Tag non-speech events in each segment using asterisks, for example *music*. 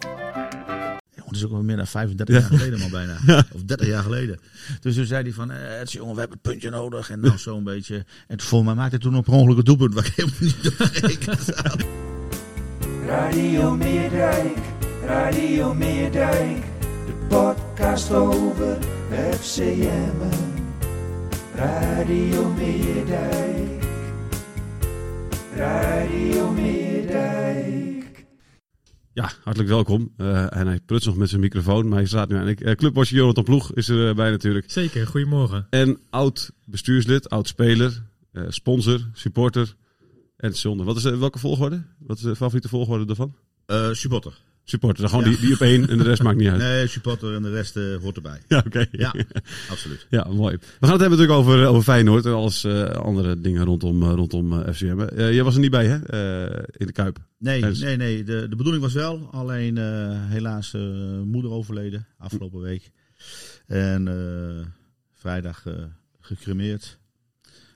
Jongen, dat Nou, is ook al meer dan 35 jaar geleden, maar *laughs* bijna. Of 30 jaar geleden. Dus toen zei hij van, eh, het is, jongen, we hebben het puntje nodig. En nou zo'n beetje. En voor mij maakte hij toen op een ongeluk het doelpunt. Waar ik helemaal niet op gerekend had. Radio Meerdijk, Radio Meerdijk, de podcast over FCM. Radio Meerdijk, Radio Meerdijk. Ja, hartelijk welkom. Eh, en hij prutst nog met zijn microfoon, maar hij staat nu eindelijk. Eh Clubwatcher Jonathan Ploeg is erbij bij natuurlijk. *laughs* Zeker, goedemorgen. En oud bestuurslid, oud speler, eh, sponsor, supporter en zonder. Wat is eh, welke volgorde? Wat is de favoriete volgorde daarvan? Eh, supporter. Supporter, dan gewoon die, die op één en de rest maakt niet Eh. uit. *laughs* Nee, supporter en de rest eh, hoort erbij. Ja, oké. *laughs* Ja, absoluut. *laughs* Ja, mooi. We gaan het hebben natuurlijk over, over Feyenoord en alles eh, andere dingen rondom, eh, rondom eh, FCM. Eh, jij was er niet bij, hè? Eh, in de Kuip. Nee, Dus- nee, nee. De, de bedoeling was wel. Alleen eh, helaas eh, moeder overleden afgelopen week. En eh, vrijdag eh gecremeerd.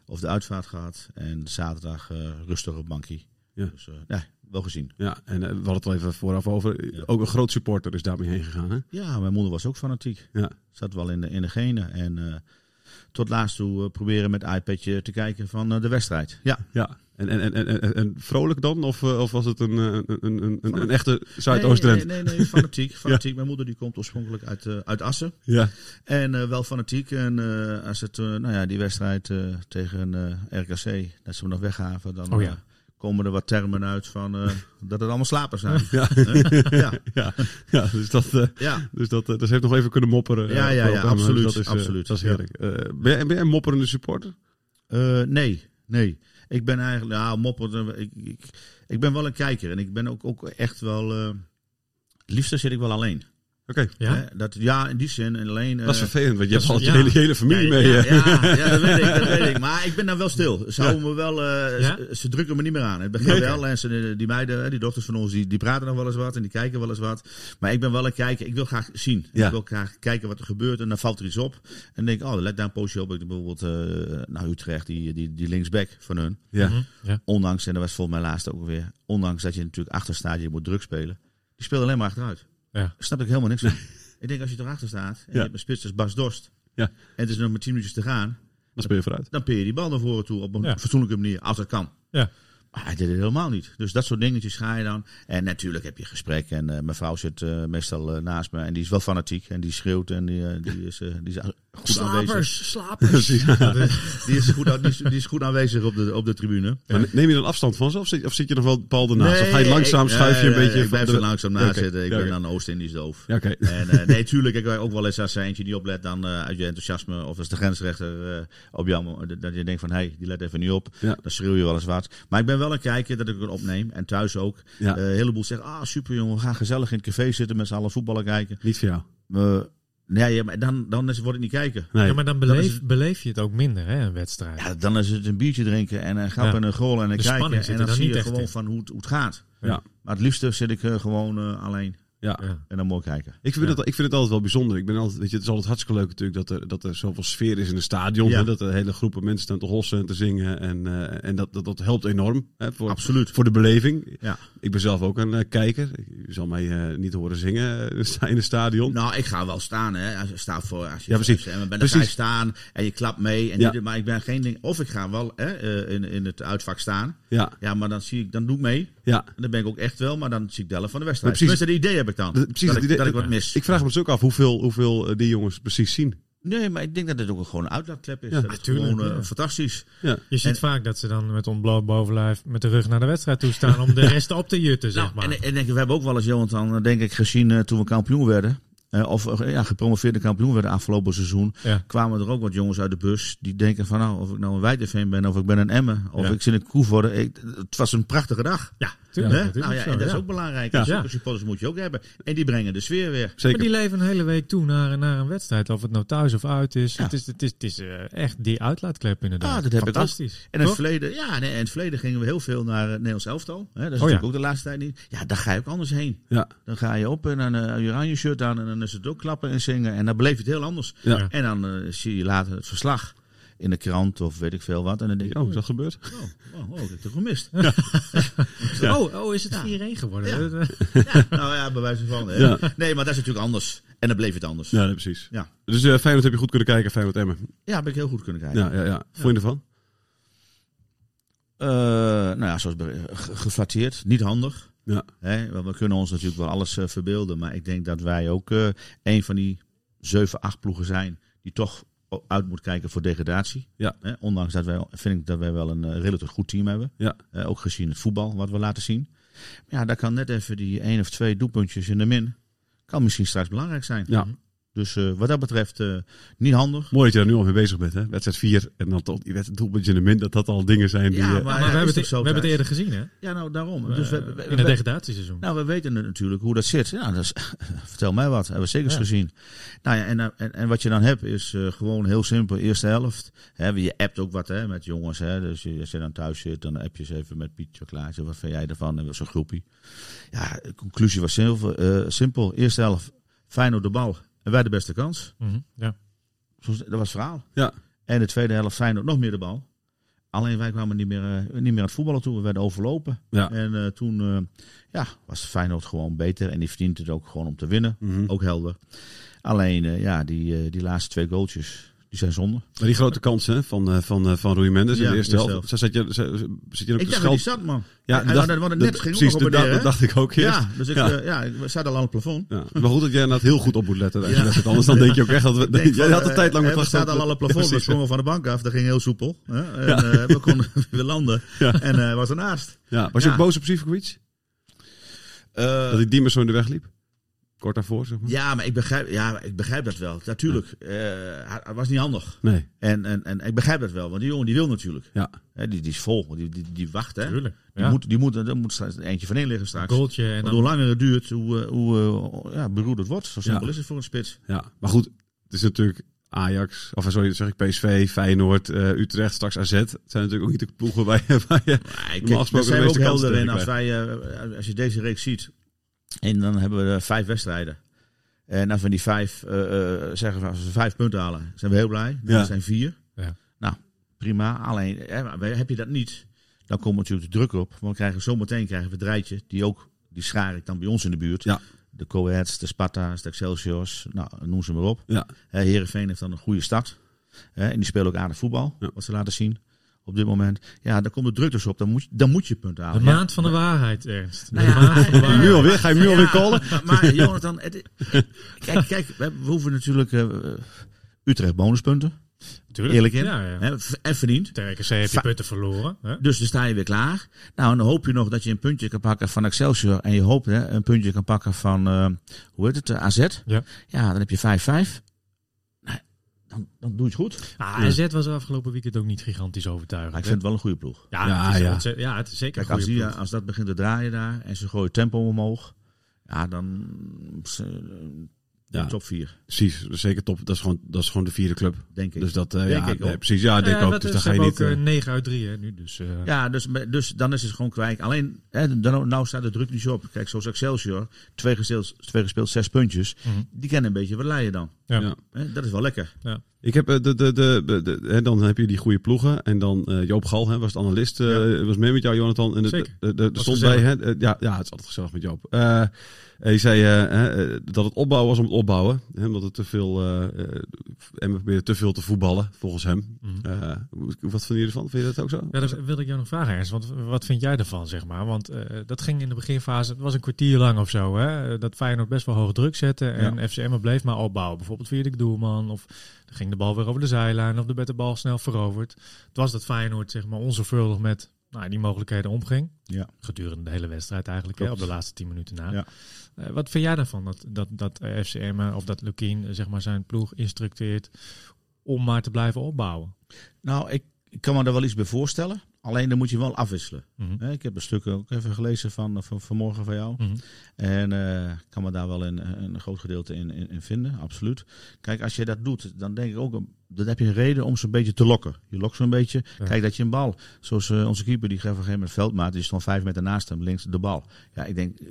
Of de uitvaart gehad. En zaterdag eh, rustig op bankie. Ja. Dus eh, nee, wel gezien. Ja, en eh, we hadden het al even vooraf over. Ja. Ook een groot supporter is daarmee heen gegaan, hè? Ja, mijn moeder was ook fanatiek. Ja. Zat wel in de, in de genen. En eh, tot laatst toe eh, proberen met iPadje te kijken van eh, de wedstrijd. Ja, Ja. En, en, en, en, en- en vrolijk dan? Of, eh, of was het een, eh, een, een, een, een, een echte Zuidoostdrent? Nee, nee, nee, nee, *laughs* fanatiek. fanatiek. Mijn moeder die komt oorspronkelijk uit, eh, uit Assen. Ja. En eh, wel fanatiek. En eh, als het, eh, nou ja, die wedstrijd eh, tegen eh, RKC, dat ze hem nog weggaven, dan Oh ja. eh, komen er wat termen uit van eh, *laughs* dat het allemaal slapen zijn. *laughs* Ja. Eh, ja. *laughs* ja. ja, dus dat... eh Ja, dus dat, eh, dus heeft nog even kunnen mopperen. eh, Ja, ja, ja, op hem. Dus absoluut, dat is, eh, absoluut. Dat is heerlijk. Eh, ben, jij, ben jij een mopperende supporter? Eh, nee, nee. Ik ben eigenlijk, nou, mopper, eh, ik, ik, ik ben wel een kijker en ik ben ook, ook echt wel, eh, het liefste zit ik wel alleen. Oké. Ja? Hè? Dat, ja, in die zin, en alleen. eh, Dat is vervelend, want je hebt dat al is- je ja. hele, je hele familie nee, mee. ja, eh. ja, ja, dat weet ik, *laughs* dat weet ik. Maar ik ben dan wel stil. Ze Ja. houden me wel, eh, Ja? ze, ze drukken me niet meer aan. Het begint Nee. wel en ze, die meiden, eh, die dochters van ons, die, die praten nog wel eens wat en die kijken wel eens wat. Maar ik ben wel een kijker, ik wil graag zien. Ja. Ik wil graag kijken wat er gebeurt en dan valt er iets op. En dan denk ik, oh, let daar een poosje op. Ik denk bijvoorbeeld, eh nou Utrecht, die, die, die linksback van hun. Ja. Ondanks, en dat was volgens mij laatst ook weer, ondanks dat je natuurlijk achter staat, je moet druk spelen. Die speelt alleen maar achteruit. Ja. Daar snap ik helemaal niks van. *laughs* ik denk als je erachter staat en je Ja. hebt een spits als Bas Dost. Ja. En het is nog maar 10 minuutjes te gaan. Dan speel je vooruit. *laughs* Dan peer je die bal naar voren toe op een Ja. fatsoenlijke manier, als dat kan. Ja. Maar hij deed het helemaal niet. Dus dat soort dingetjes ga je dan. En natuurlijk heb je gesprek. En eh, mijn vrouw zit eh, meestal eh, naast me. En die is wel fanatiek. En die schreeuwt. En die, eh, die, is, eh, die is goed aanwezig. Slapers, slapers. *laughs* Ja, de- Die is goed, aan- die is, die is goed aanwezig op de, op de tribune. Maar neem je dan afstand van ze? Of zit, of zit je nog wel bepaald ernaast? of Nou, ga je langzaam, ik- schuif je een nee, nee, beetje... Ik blijf van zo de- langzaam Ja, naast oké. zitten. Ik Ja, ben oké. dan Oost-Indisch doof. *laughs* Ja, oké. En eh, nee, tuurlijk, ik ook wel eens als er eentje niet oplet dan eh, uit je enthousiasme of als de grensrechter eh, op jou, eh, dat je denkt van hé, hey, die let even niet op. Ja. Dan schreeuw je wel eens wat. Maar ik ben wel een kijker dat ik het opneem en thuis ook. Ja. Eh, een heleboel zeggen, ah super jongen, we gaan gezellig in het café zitten met z'n allen voetballen kijken. Niet voor jou. Eh, nee, ja, maar dan, dan is, word ik niet kijken. Nee. Ja, maar dan Dat beleef, is- beleef je het ook minder, hè, een wedstrijd. Ja, dan is het een biertje drinken en een grap Ja. en een goal en een De kijken. spanning zit En dan er dan zie niet je echt gewoon in. van hoe het, hoe het gaat. Ja. Maar het liefste zit ik eh, gewoon eh, alleen Ja. Ja. en dan mooi kijken. Ik vind, het, ik vind het altijd wel bijzonder. Ik ben altijd, weet je, het is altijd hartstikke leuk natuurlijk dat er, dat er zoveel sfeer is in een stadion. Ja. Hè, dat er hele groepen mensen staan te hossen en te zingen. En, eh, en dat, dat, dat helpt enorm hè, voor, Absoluut. voor de beleving. Ja. Ik ben zelf ook een eh, kijker. Je zal mij eh, niet horen zingen eh, *laughs* in een stadion. Nou, ik ga wel staan, hè. Als je staat voor, als je Ja, precies. En dan ben- dan Precies. ga je staan en je klapt mee. En Ja. dit- maar ik ben geen ding. Of ik ga wel hè, eh, in, in het uitvak staan. Ja, Ja, maar dan zie ik, dan doe ik mee. ja. En dan ben ik ook echt wel, maar dan zie ik de helft van de wedstrijd. Maar precies- Tenminste, dat idee heb ik dan. Dat- precies dat, dat ik, idee- dat ik wat mis. Ik vraag me dus ook af hoeveel, hoeveel eh, die jongens precies zien. nee, maar ik denk dat het ook gewoon een uitlaatklep is. Ja, dat is tuurlijk, gewoon eh, ja. fantastisch. Ja. Je ziet En- vaak dat ze dan met ontbloot bovenlijf met de rug naar de wedstrijd toe staan *laughs* om de rest op te jutten, zeg maar. Nou, en, en denk, ik, we hebben ook wel eens, Jonathan, eh, denk ik, gezien eh, toen we kampioen werden. eh, of eh, ja, gepromoveerde kampioen werden afgelopen seizoen. Ja. Kwamen er ook wat jongens uit de bus die denken van nou, of ik nou een Wijdenveen ben, of ik ben een Emmen, of Ja. ik zit in Koevoorde. Ik, het was een prachtige dag. Ja. tuurlijk. Hè? dat is nou ook ja, zo, en dat ja. is ook belangrijk. Ja. En zulke supporters moet je ook hebben. En die brengen de sfeer weer. Zeker. Maar die leven een hele week toe naar, naar een wedstrijd. Of het nou thuis of uit is. Ja. Het is, het is, het is eh, echt die uitlaatklep inderdaad. Ah, dat heb ik ook. Fantastisch. En in het, Toch? verleden, ja, nee, in het verleden gingen we heel veel naar het Nederlands elftal. Hè? Dat is Oh, natuurlijk ja. ook de laatste tijd niet. Ja, daar ga je ook anders heen. Ja. Dan ga je op en dan eh, je oranje shirt aan en dan is het ook klappen en zingen. En dan beleef je het heel anders. Ja. Ja. En dan eh, zie je later het verslag in de krant of weet ik veel wat. En dan denk je, Oh, is dat gebeurd? oh, oh, oh, dat heb ik toch gemist. *laughs* Oh, oh, is het 4-1 *laughs* geworden? Ja, nou ja, bij wijze van. hè. Ja. Nee, maar dat is natuurlijk anders. En dan bleef het anders. Ja, Ja, nee, precies. Ja. Dus eh Feyenoord heb je goed kunnen kijken, Feyenoord Emmen. ben ik heel goed kunnen kijken. Ja, ja, ja. Vond je ervan? Eh, nou ja, zoals be- ge- geflatteerd. Niet handig. Ja. Hè, want we kunnen ons natuurlijk wel alles eh, verbeelden. Maar ik denk dat wij ook eh, een van die zeven, acht ploegen zijn. Die toch o- uit moet kijken voor degradatie. Ja. Hè, ondanks dat wij, vind ik dat wij wel een eh, relatief goed team hebben. Ja. Eh, ook gezien het voetbal wat we laten zien. Maar ja, daar kan net even die één of twee doelpuntjes in de min. Kan misschien straks belangrijk zijn. Ja. Dus eh, wat dat betreft eh, niet handig. Mooi dat je daar nu al mee bezig bent, hè? Wedstrijd 4 en dan tot die wedstrijd doelpuntje in de min. Dat dat al dingen zijn die... Ja, maar- eh, Maar we, is hebben toch het, zo we hebben het thuis? eerder gezien, hè? Eh, Ja, nou daarom. Dus we, we- we- in het degradatieseizoen. nou, we weten het natuurlijk hoe dat zit. Ja, dat is, *laughs* vertel mij wat. Hebben we zeker eens Ja. gezien. Nou ja, en, eh, en, en wat je dan hebt is eh, gewoon heel simpel. Eerste helft. Hè, je appt ook wat hè, met jongens. Hè, dus je- als je dan thuis zit, dan app je eens even met Pietje Klaasje. Wat vind jij ervan? En zo'n groepie. Ja, de conclusie was simpel. eh, simpel. Eerste helft. Feyenoord de bal. En wij de beste kans. Mhm, ja. Zo- Dat was het verhaal. Ja. En de tweede helft Feyenoord nog meer de bal. Alleen wij kwamen niet meer, eh, niet meer aan het voetballen toe. We werden overlopen. Ja. En eh, toen eh, ja, was Feyenoord gewoon beter. En die verdient het ook gewoon om te winnen. mhm. Ook helder. Alleen eh, ja, die, eh, die laatste twee goaltjes, die zijn zonde. Maar die grote kansen hè, van, eh, van, eh, van Rui Mendes in Ja, de eerste eerste helft. Zat zat je, zat, zat je ook Ik te dacht dat die schelden? zat, man. Ja, Hij wou dat- wou dat net dat- ging precies, nog op dat, neer, dat hè? dacht ik ook eerst. Ja, dus ik, Ja. eh, ja, ik zat al aan het *laughs* plafond. Ja, maar goed dat jij inderdaad heel goed op moet letten. Als je Ja. dat zit. Anders dan denk je ook echt dat we. *laughs* Ik denk jij van, had een eh, tijd lang eh, We zaten vastgelopen. al aan het *laughs* plafond, Ja, we *laughs* precies. sprongen van de bank af. Dat ging heel soepel. Hè? En eh, we konden *laughs* weer landen. Ja. En eh, hij was ernaast. Ja, was je Ja. ook boos op Sivkovic? Eh Dat die Diemers zo in de weg liep? Kort daarvoor, zeg maar. Ja, maar ik begrijp, ja, ik begrijp dat wel. Natuurlijk, eh, hij hij was niet handig. Nee, En, en, en ik begrijp dat wel, want die jongen die wil natuurlijk. ja. Hè, die, die is vol, die, die, die wacht. Hè. Die, Tuurlijk. Ja. moet, die moet, er moet straks eentje van in liggen Een straks. goaltje en Want dan... hoe langer het duurt, hoe, eh, hoe eh, ja, beroerd het wordt. Zo simpel Ja. is het voor een spits. ja. Maar goed, het is natuurlijk Ajax, of eh, sorry, dat zeg ik PSV, Feyenoord, eh, Utrecht, straks AZ. Het zijn natuurlijk ook niet de ploegen waar je... *laughs* Waar je Maar ik Normaal daar gesproken zijn de we ook meeste kansen helder in als, tegen wij, eh, als je deze reeks ziet. En dan hebben we eh, vijf wedstrijden. En als we die vijf, eh, eh, zeggen we, als we vijf punten halen, zijn we heel blij. Dan Ja. zijn vier. Ja. Nou, prima. Alleen, hè, maar heb je dat niet, dan komt natuurlijk de druk op. Want we krijgen zometeen krijgen we het rijtje, die ook, die schaar ik dan bij ons in de buurt. Ja. De Coeds, de Sparta's, de Excelsiors, nou, noem ze maar op. Ja. Hè, Heerenveen heeft dan een goede start. Hè, en die spelen ook aardig voetbal, Ja. wat ze laten zien op dit moment. Ja, daar komt de druk dus op. Dan moet je, dan moet je punten De halen. *laughs* Ja. maand van de waarheid, Ernst. De Nou ja, *laughs* maand van de waarheid. Nu alweer, ga je hem nu alweer Ja, callen? maar- Maar Jonathan, het, *laughs* kijk, kijk we, we hoeven natuurlijk eh, Utrecht bonuspunten. Tuurlijk. Eerlijk in. Ja, ja. Hè, v- en verdiend. Ter RKC heeft Va- je punten verloren. Hè? Dus dan sta je weer klaar. Nou, en dan hoop je nog dat je een puntje kan pakken van Excelsior. En je hoopt hè, een puntje kan pakken van, eh, hoe heet het, eh, AZ. Ja. ja, dan heb je 5-5. Nou, dan, dan doe je het goed. Maar Ah, AZ was er afgelopen weekend ook niet gigantisch overtuigend. ik vind het wel een goede ploeg. hè? ja, Ja, het is, ja. ontzettend- ja, het is zeker Kijk, een als, goede die, ploeg. als dat begint te draaien daar en ze gooien tempo omhoog. Ja, dan ze- Ja. top 4, Precies, dus zeker top. Dat is gewoon, dat is gewoon de vierde club. denk ik. Dus dat, eh, Denk ja, ik ook. nee, precies. Ja, denk Ja, ik ook. wat, Dus eh, dan ze ga je hebben niet... ook eh, eh, 9 uit 3 hè, nu. Dus, eh, ja, dus, dus dan is het gewoon kwijt. Alleen, hè, dan, nou staat de druk niet zo op. Kijk, zoals Excelsior, twee gespeeld, twee gespeeld zes puntjes. Mhm. Die kennen een beetje wat leiden dan. ja. ja. Hè, dat is wel lekker. Ik heb eh, de, de, de, de- de- hè, dan heb je die goede ploegen. En dan eh, Joop Gal hè, was de analist. eh, was mee met jou, Jonathan. En de- Zeker. de- de- de Was stond bij. gezellig. Hè, eh, ja, ja, het is altijd gezellig met Joop. Eh hij zei eh, hè, eh, dat het opbouwen was om het opbouwen. Hè, omdat het te veel. eh eh, en we proberen te veel te voetballen, volgens hem. Mhm. Eh, hoe- wat vond je ervan? Vind je dat ook zo? Ja, dat wilde ik jou nog vragen, Ernst. Want wat vind jij ervan, zeg maar? Want eh, dat ging in de beginfase, het was een kwartier lang of zo, hè? Dat Feyenoord best wel hoog druk zette en FCM bleef maar opbouwen. Bijvoorbeeld via de doelman, of dan ging de bal weer over de zijlijn, of de werd de bal snel veroverd. Het was dat Feyenoord, zeg maar, onzorgvuldig met nou, die mogelijkheden omging. Ja. Gedurende de hele wedstrijd eigenlijk, hè, op Klopt. de laatste tien minuten na. Ja. Eh, wat vind jij daarvan, dat, dat, dat eh, FCM eh, of dat Lukien, eh, zeg maar, zijn ploeg instructeert om maar te blijven opbouwen? Nou, ik, ik kan me daar wel iets bij voorstellen. Alleen dan moet je wel afwisselen. Mhm. Hè, Ik heb een stuk ook even gelezen van, eh, van vanmorgen van jou. Mhm. En eh, ik kan me daar wel een, een groot gedeelte in, in, in vinden, absoluut. Kijk, als je dat doet, dan denk ik ook, dan heb je een reden om ze een beetje te lokken. Je lokt ze een beetje. Ja. Kijk dat je een bal, zoals eh, onze keeper, die gaf op een gegeven moment veldmaat, die stond vijf meter naast hem, links de bal. Ja, ik denk, eh,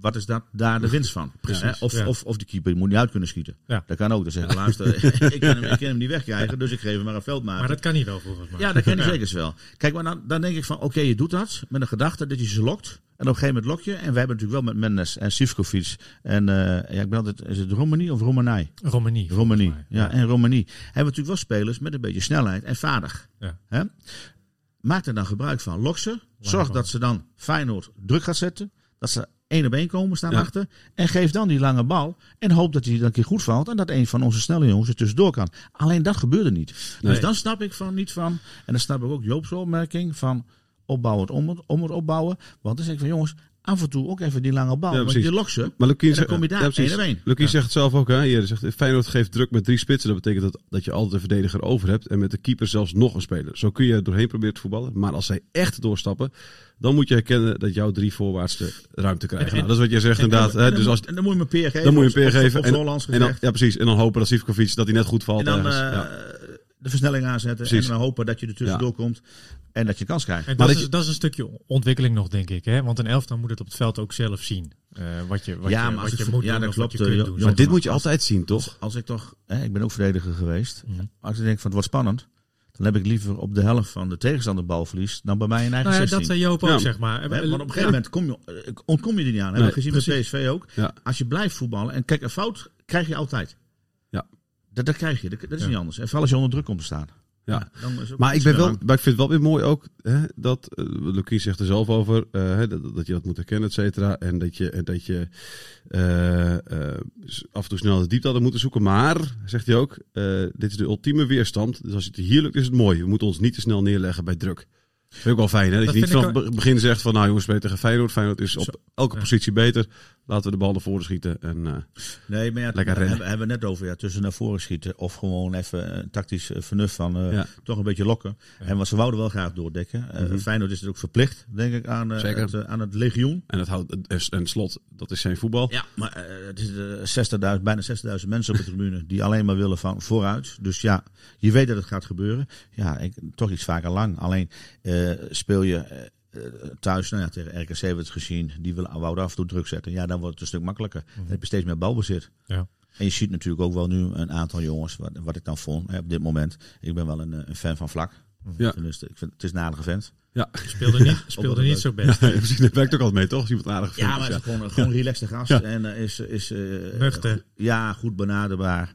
wat is dat, daar de winst van? Precies, Ja, hè? of, ja. of, of die keeper die moet niet uit kunnen schieten. *laughs* Ja. Dat kan ook. Dan zeggen we laatst, eh, *laughs* ik, kan hem, ik kan hem niet wegkrijgen, dus ik geef hem maar een veldmaat. Maar dat kan niet wel volgens mij. Ja, dat ken ik *laughs* zeker wel. Kijk, maar dan, dan denk ik van, oké, je doet dat met een gedachte dat je ze lokt. En op een gegeven moment lok je. En we hebben natuurlijk wel met Mendes en Sivkovic en eh, ja, ik ben altijd, is het Romani of Romanai? Romani. volgens Romani, mij. ja, en Romani. Hebben we natuurlijk wel spelers met een beetje snelheid en vaardig. Ja. Hè? Maak er dan gebruik van. Lok ze. Zorg bal. dat ze dan Feyenoord druk gaat zetten. Dat ze één op één komen staan Ja. achter. En geef dan die lange bal. En hoop dat die dan een keer goed valt. En dat een van onze snelle jongens er tussendoor kan. Alleen dat gebeurde niet. Nee. Dus dan snap ik van niet van. En dan snap ik ook Joop's opmerking van opbouwend om het, om het opbouwen. Want dan zeg ik van jongens, af en toe ook even die lange bal. Ja, want precies. je lokt ze. Maar Lukien, En dan kom je daar, ja, precies. één op één. Lukien Ja. zegt het zelf ook. Hè? Eerder zegt, eh, Feyenoord geeft druk met drie spitsen. Dat betekent dat, dat je altijd een verdediger over hebt. En met de keeper zelfs nog een speler. Zo kun je er doorheen proberen te voetballen. Maar als zij echt doorstappen, dan moet je herkennen dat jouw drie voorwaarts de ruimte krijgen. Nou, dat is wat jij zegt inderdaad. En dan- hè? en dan Dus als, moet- en dan moet je me peer geven. dan moet je of- een of- peer geven. Of, Hollands en dan, gezegd. ja, precies. En dan hopen dat Sivkovic dat hij net goed valt. En dan ergens. eh, ja. de versnelling aanzetten. Precies. En dan hopen dat je er tussendoor komt. En dat je kans krijgt. Maar En dat, dat is, je- dat is een stukje ontwikkeling nog, denk ik. Hè? Want een elftal moet het op het veld ook zelf zien. Eh, wat je, wat Ja, je, maar als wat je het- moet ja, doen dat of wat je klopt, kunt eh, doen. ja, Maar zeg dit maar. moet je altijd zien, toch? Als ik toch, hè, ik ben ook verdediger geweest. Als ik denk van het wordt spannend. Dan heb ik liever op de helft van de tegenstander balverlies. Dan bij mij in eigen Nou ja, dat 16. zei Joop ook, Ja. zeg maar. Hè, want op een gegeven Ja. moment kom je, eh, ontkom je er niet aan. Hebben we gezien met PSV ook. Ja. Als je blijft voetballen. En kijk, een fout krijg je altijd. Ja. Dat, dat krijg je. Dat, dat is niet anders. En vooral als je onder druk komt te staan. Ja. dan is het ook Maar ik, ben wel, sneller. maar ik vind het wel weer mooi ook hè, dat, eh Lukien zegt er zelf over, eh, hè, dat, dat je dat moet herkennen, et cetera. En dat je, en dat je eh, eh, af en toe snel de diepte hadden moeten zoeken. Maar, zegt hij ook, eh, dit is de ultieme weerstand. Dus als het hier lukt, is het mooi. We moeten ons niet te snel neerleggen bij druk. Vind ik ook wel fijn, hè? Dat, Dat je niet vind ik vanaf het begin zegt van, nou jongens, we spelen tegen Feyenoord. Feyenoord is op elke positie beter. Laten we de bal naar voren schieten. En, eh, Nee, maar ja, Lekker daar rennen. hebben, hebben we het net over. Ja, tussen naar voren schieten. Of gewoon even een tactisch eh, vernuft van eh, Ja. Mhm. toch een beetje lokken. En wat ze wouden wel graag doordekken. Eh, Feyenoord is het ook verplicht, denk ik, aan, eh, Zeker. het, eh, aan het legioen. en het houdt, en het slot, dat is zijn voetbal. *laughs* Ja, maar eh, het is eh, 60.000, bijna 60.000 mensen op de tribune die alleen maar willen van vooruit. Dus ja, je weet dat het gaat gebeuren. Ja, ik, toch iets vaker lang. Alleen eh, speel je eh, eh, thuis, nou ja, tegen RKC hebben we het gezien. Die willen Wouden af en toe druk zetten. Ja, dan wordt het een stuk makkelijker. Dan heb je steeds meer balbezit. Ja. En je ziet natuurlijk ook wel nu een aantal jongens, wat, wat ik dan vond hè, op dit moment. Ik ben wel een, eh, een fan van Vlak. Ja. Dus ik vind, het is een aardige vent. Ja, Speelde niet, speelde niet zo best. ja precies, dat werkt ook altijd mee, toch? Als iemand aardig vindt, Ja, maar dus hij is gewoon, een- gewoon een relaxte gast. En eh, is, is eh, Nuchter. ja, goed benaderbaar.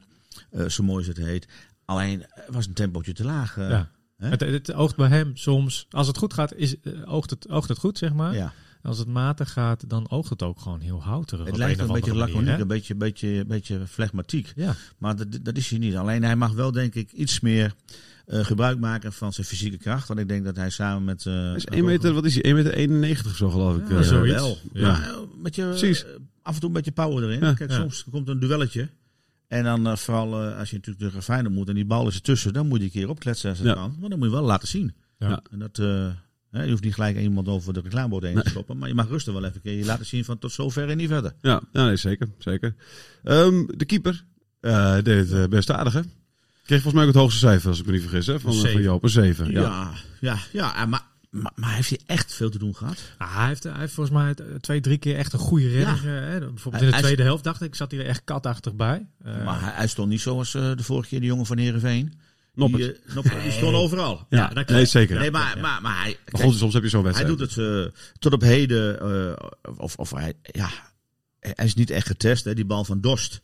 Eh, zo mooi als het heet. Alleen eh, was een tempootje te laag. eh. Ja. Hè? Het, het oogt bij hem soms, als het goed gaat, is, eh, oogt, het, oogt het goed, zeg maar. Ja. Als het matig gaat, dan oogt het ook gewoon heel houterig. Het op lijkt een, een of beetje andere manier, laconiek, hè? een beetje, beetje, beetje flegmatiek. Ja, Maar dat, dat is hij niet. Alleen hij mag wel, denk ik, iets meer eh, gebruik maken van zijn fysieke kracht. Want ik denk dat hij samen met... eh, Hij is 1 meter, wat is hij? 1 meter 91 of zo, geloof ik. Ja, eh, zoiets. Wel. Ja. Maar, eh, met je, Precies. eh, af en toe een beetje power erin. Ja. Kijk, Ja. soms komt een duelletje. En dan eh, vooral eh, als je natuurlijk tegen Feyenoord moet en die bal is ertussen, dan moet je een keer opkletsen als het Ja. kan. Maar dan moet je wel laten zien. Ja. En dat, eh, hè, je hoeft niet gelijk iemand over de reclamebord heen te schoppen. Maar je mag rustig wel even een keer je laten zien van tot zover en niet verder. Ja, ja nee, zeker. zeker. Ehm, de keeper eh, deed het eh, best aardig, hè? Kreeg volgens mij ook het hoogste cijfer, als ik me niet vergis, hè? Van, Een eh, van zeven. Joop, een 7. Ja. ja, ja, ja, eh, maar, maar, maar heeft hij echt veel te doen gehad? Ah, hij, heeft, hij heeft volgens mij eh, twee, drie keer echt een goede redding. eh, hè. Bijvoorbeeld in de Hij- tweede helft dacht ik, zat hij er echt katachtig bij. Eh, Maar hij, hij stond niet zoals eh, de vorige keer de jongen van Heerenveen. Noppert. Die, eh, Noppert, die stond overal. Ja, dat klopt. nee, zeker. nee, maar, maar, maar hij... maar kijk, goed, soms heb je zo'n Hij wedstrijd. doet het eh, tot op heden, eh, of, of hij, ja, hij is niet echt getest. Hè, die bal van Dost,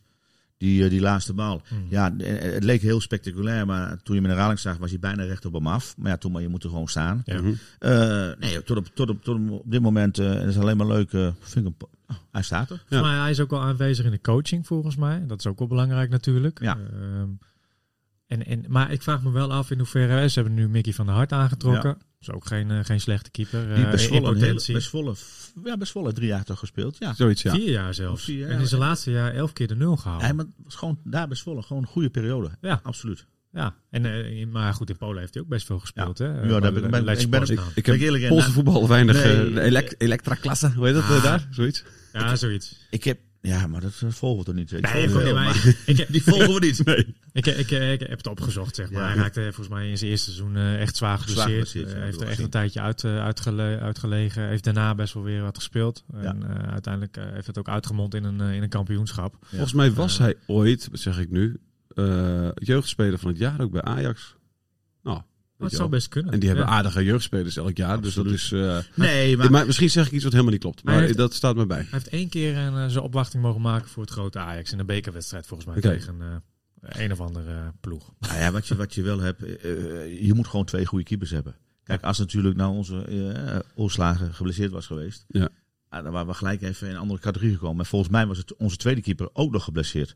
die, eh, die laatste bal. Hmm. Ja, eh, het leek heel spectaculair, maar toen je hem in de herhaling zag, was hij bijna recht op hem af. Maar ja, toen maar, je moet er gewoon staan. Ja. Mhm. Eh, nee, tot op, tot op, tot op, op dit moment, eh, het is alleen maar leuk, eh, vind ik hem, oh, hij staat er. Ja. Maar hij is ook wel aanwezig in de coaching, volgens mij. Dat is ook wel belangrijk natuurlijk. Ja. Ehm, en, en, maar ik vraag me wel af in hoeverre... hè, Ze hebben nu Mickey van der Hart aangetrokken. Dat is ook geen, eh, geen slechte keeper. Die eh, best in volle, potentie. best volle, ja, best volle drie jaar toch gespeeld. Ja. Zoiets, ja. Vier jaar zelfs. Of vier jaar, en in zijn ja. laatste jaar elf keer de nul gehouden. Hij maar het was gewoon daar best volle, gewoon een goede periode. Oh. Ja. Absoluut. Ja, en, eh, maar goed, in Polen heeft hij ook best veel gespeeld. Hè? Ja, Eh, daar ben ik- ben- Leidse ik ben- Poznan. Ik Ben heb ik eerlijk in, Poolse hè? voetbal weinig. Nee. eh, de elec- Elektra klasse, hoe heet dat eh, Ah. daar? Zoiets? Ja, zoiets. Ik heb... Ja, maar dat eh, volgen we toch niet? Ik Nee, volg ik- het wel, maar maar ik- ik- Die volgen we niet. Nee. Ik, ik, ik heb het opgezocht, zeg maar. Ja. Hij raakte volgens mij in zijn eerste seizoen eh, echt zwaar geblesseerd. geblesseerd, ja, Eh, dat heeft er was echt hij. een tijdje uit, eh, uitgele- uitgelegen. Heeft daarna best wel weer wat gespeeld. En eh, uiteindelijk eh, heeft het ook uitgemond in een, eh, in een kampioenschap. Volgens mij was hij ooit, wat zeg ik nu, eh, jeugdspeler van het jaar ook bij Ajax. Nou, weet Dat je zou wel. best kunnen. En die hebben Ja. aardige jeugdspelers elk jaar. Dus dat is. eh, Nee, maar, maar... misschien zeg ik iets wat helemaal niet klopt. Maar Hij heeft- dat staat me bij. Hij heeft één keer een, eh, zijn opwachting mogen maken voor het grote Ajax. In de bekerwedstrijd volgens mij Oké. tegen eh, een of andere eh, ploeg. Nou ja, wat je, wat je wel hebt, eh, eh, je moet gewoon twee goede keepers hebben. Kijk, als natuurlijk nou onze eh Oorslagen geblesseerd was geweest, Ja. ah, dan waren we gelijk even in een andere categorie gekomen. Maar volgens mij was het onze tweede keeper ook nog geblesseerd.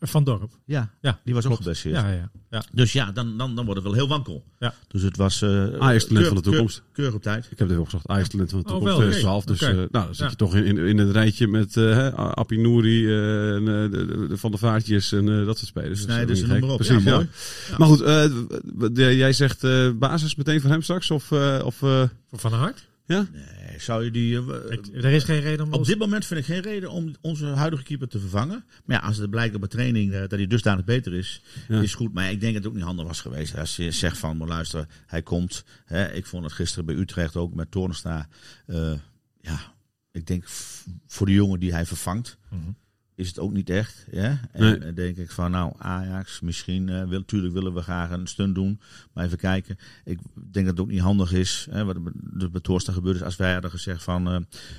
Van Dorp. Ja, Ja, die was ook klopt. geblesseerd. Ja, ja, ja. Dus ja, dan, dan, dan wordt het wel heel wankel. Ja. Dus het was... eh Ajax talent van de keurig- toekomst. Keurig, keurig op tijd. Ik heb het even opgezocht. Ajax talent van de Oh, toekomst wel, oké. 2012. Dus Oké. eh, nou, dan zit Ja. je toch in, in, in het rijtje met eh Appie Nouri, eh, en, eh, de, de- Van de Vaartjes en eh, dat soort spelers. Snijders Dus, eh, en niet noem gek. maar op. Precies, Ja, mooi. ja, Maar goed, eh, w- w- de- jij zegt eh, basis meteen voor hem straks? Of, eh, of, eh, Voor Van Hart? Nee, zou je die... eh, Ik- er is geen reden om... op dit moment vind ik geen reden om onze huidige keeper te vervangen. Maar ja, als het blijkt op een training eh, dat hij dusdanig beter is, Ja. is goed. Maar ik denk dat het ook niet handig was geweest. Als je zegt van, maar luister, hij komt. Hè, ik vond het gisteren bij Utrecht ook met Toornstra. eh, ja, ik denk f- voor de jongen die hij vervangt, Mhm. is het ook niet echt. Ja? En Nee. dan denk ik van, nou, Ajax, misschien, eh wil, tuurlijk willen we graag een stunt doen. Maar even kijken. Ik denk dat het ook niet handig is, hè, wat er met- er met Toornstra gebeurd is, als wij hadden gezegd van eh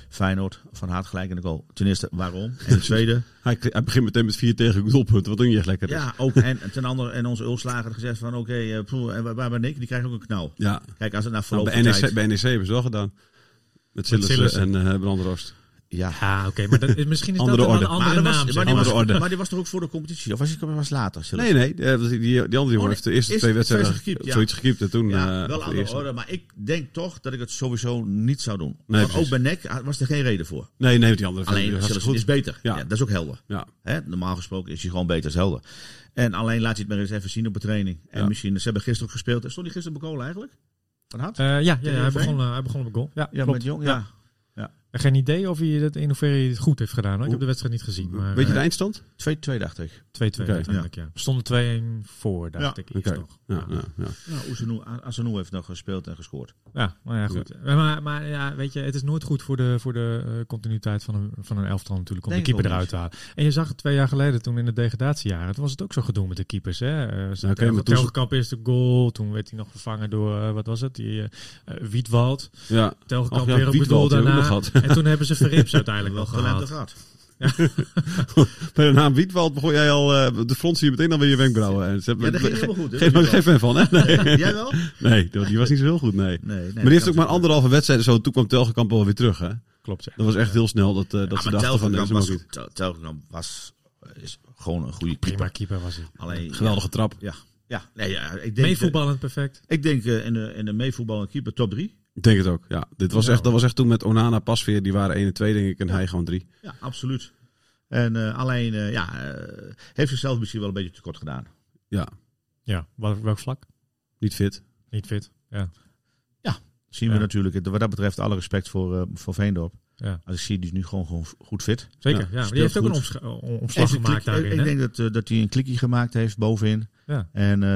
Feyenoord, van Haat gelijk in de goal. Ten eerste, waarom? *laughs* En ten tweede, hij, kri- hij begint meteen met vier tegen doelpunten, wat ook niet echt lekker is. ja, ook. En ten andere, en onze ulslager had gezegd van, oké, eh, poeh, en waar- waar ben ik? Die krijgt ook een knal. Ja. Kijk, als het naar Nou, verloop bij, van tijd... NEC, bij NEC hebben ze wel gedaan. Met Sillissen Sillissen. en eh Brandroost. Ja, Ja, Ah, oké, maar dat is, misschien is Andere dat orde. een andere maar, die naam. was, zeg maar, die Andere was, orde. maar die was toch ook voor de competitie? Of was die was later? Zullen we Nee, nee. eh, Die, die, die andere jongen nee, heeft de eerste Oh, is- twee wedstrijden is gekiept, ja. zoiets gekiept. En toen, Ja, eh, wel of de aan de eerste. orde, maar ik denk toch dat ik het sowieso niet zou doen. Nee, Want ook precies. bij NEC was er geen reden voor. Nee, nee, die andere Alleen dat Sillissen is beter. Ja. Ja. dat is ook helder. Ja. Hè? Normaal gesproken is hij gewoon beter als helder. En alleen laat je het maar eens even zien op de training. En Ja. misschien, ze hebben gisteren ook gespeeld. Stond hij gisteren op goal eigenlijk? Van Hart? Eh, ja, ja, ja, hij, TVV? begon, eh, hij begon op een goal. Ja, klopt. met Jong, Ja. Geen idee of hij dat in hoeverre hij het goed heeft gedaan. Hoor. Ik heb de wedstrijd niet gezien. Maar, Weet je de eh, eindstand? 2-2 dacht ik. 2-2 Oké, uiteindelijk, ja. We stonden 2-1 voor, dacht Ja, ik eerst oké. nog. Ja, ja, ja. Nou, Oezenu- A- Asanu heeft nog gespeeld en gescoord. Ja, maar ja, goed. Eh, Maar, maar ja, weet je, het is nooit goed voor de, voor de eh, continuïteit van een, van een elftal natuurlijk om Denk de ik keeper ook eruit te halen. En je zag het twee jaar geleden toen in de degradatiejaren, toen was het ook zo gedoe met de keepers. Hè? Uh, maar toen okay, ze- Telgekamp eerst de goal, toen werd hij nog vervangen door, eh, wat was het, die eh Wietwald. ja. *laughs* Telgekamp Ach ja, weer op het Wiedwald, die hebben doel we daarna. nog gehad. En toen hebben ze *laughs* Verrips uiteindelijk wel Talenten gehaald. gehad. Bij de naam Wietwald begon jij al... eh, de front zie je meteen dan weer je wenkbrauwen. En ze hebben- Ja, dat ging ge- helemaal goed, hè, Geen, Wietwald. geen fan van, hè? Nee. Jij wel? Ah, Nee, nee, die was niet zo heel goed, nee. nee. maar die heeft ook maar anderhalve wedstrijd. Zo, toen kwam Telgekamp wel weer terug, hè? Klopt, ja. Dat was echt heel snel dat, eh, dat Ja, ze maar dachten van... nee, Telgekamp ze mag was, niet. Tel- Telgekamp was is gewoon een goede Prima keeper. keeper was hij. Alleen, Geweldige trap. Ja, ja. Nee, ja ik denk, Meevoetballend perfect. Ik denk eh, in de, in de meevoetbal en keeper top 3. Ik denk het ook, ja. Dit was Ja. echt, dat was echt toen met Onana, Pasveer. Die waren 1 en 2, denk ik. En hij gewoon 3. Ja, absoluut. En eh, alleen, eh, ja, eh, heeft zichzelf misschien wel een beetje tekort gedaan. Ja, Ja, wel- welk vlak? niet fit. Niet fit. Ja. Zien Ja. we natuurlijk. Wat dat betreft alle respect voor, eh, voor Veendorp. Ja. Als ik zie, die is nu gewoon, gewoon goed fit. Zeker, Ja, ja. maar die speelt heeft ook een goed. omscha- om- omslag Even gemaakt klik- daarin. ik, hè? ik denk dat, eh, dat hij een klikje gemaakt heeft bovenin. Ja. En eh,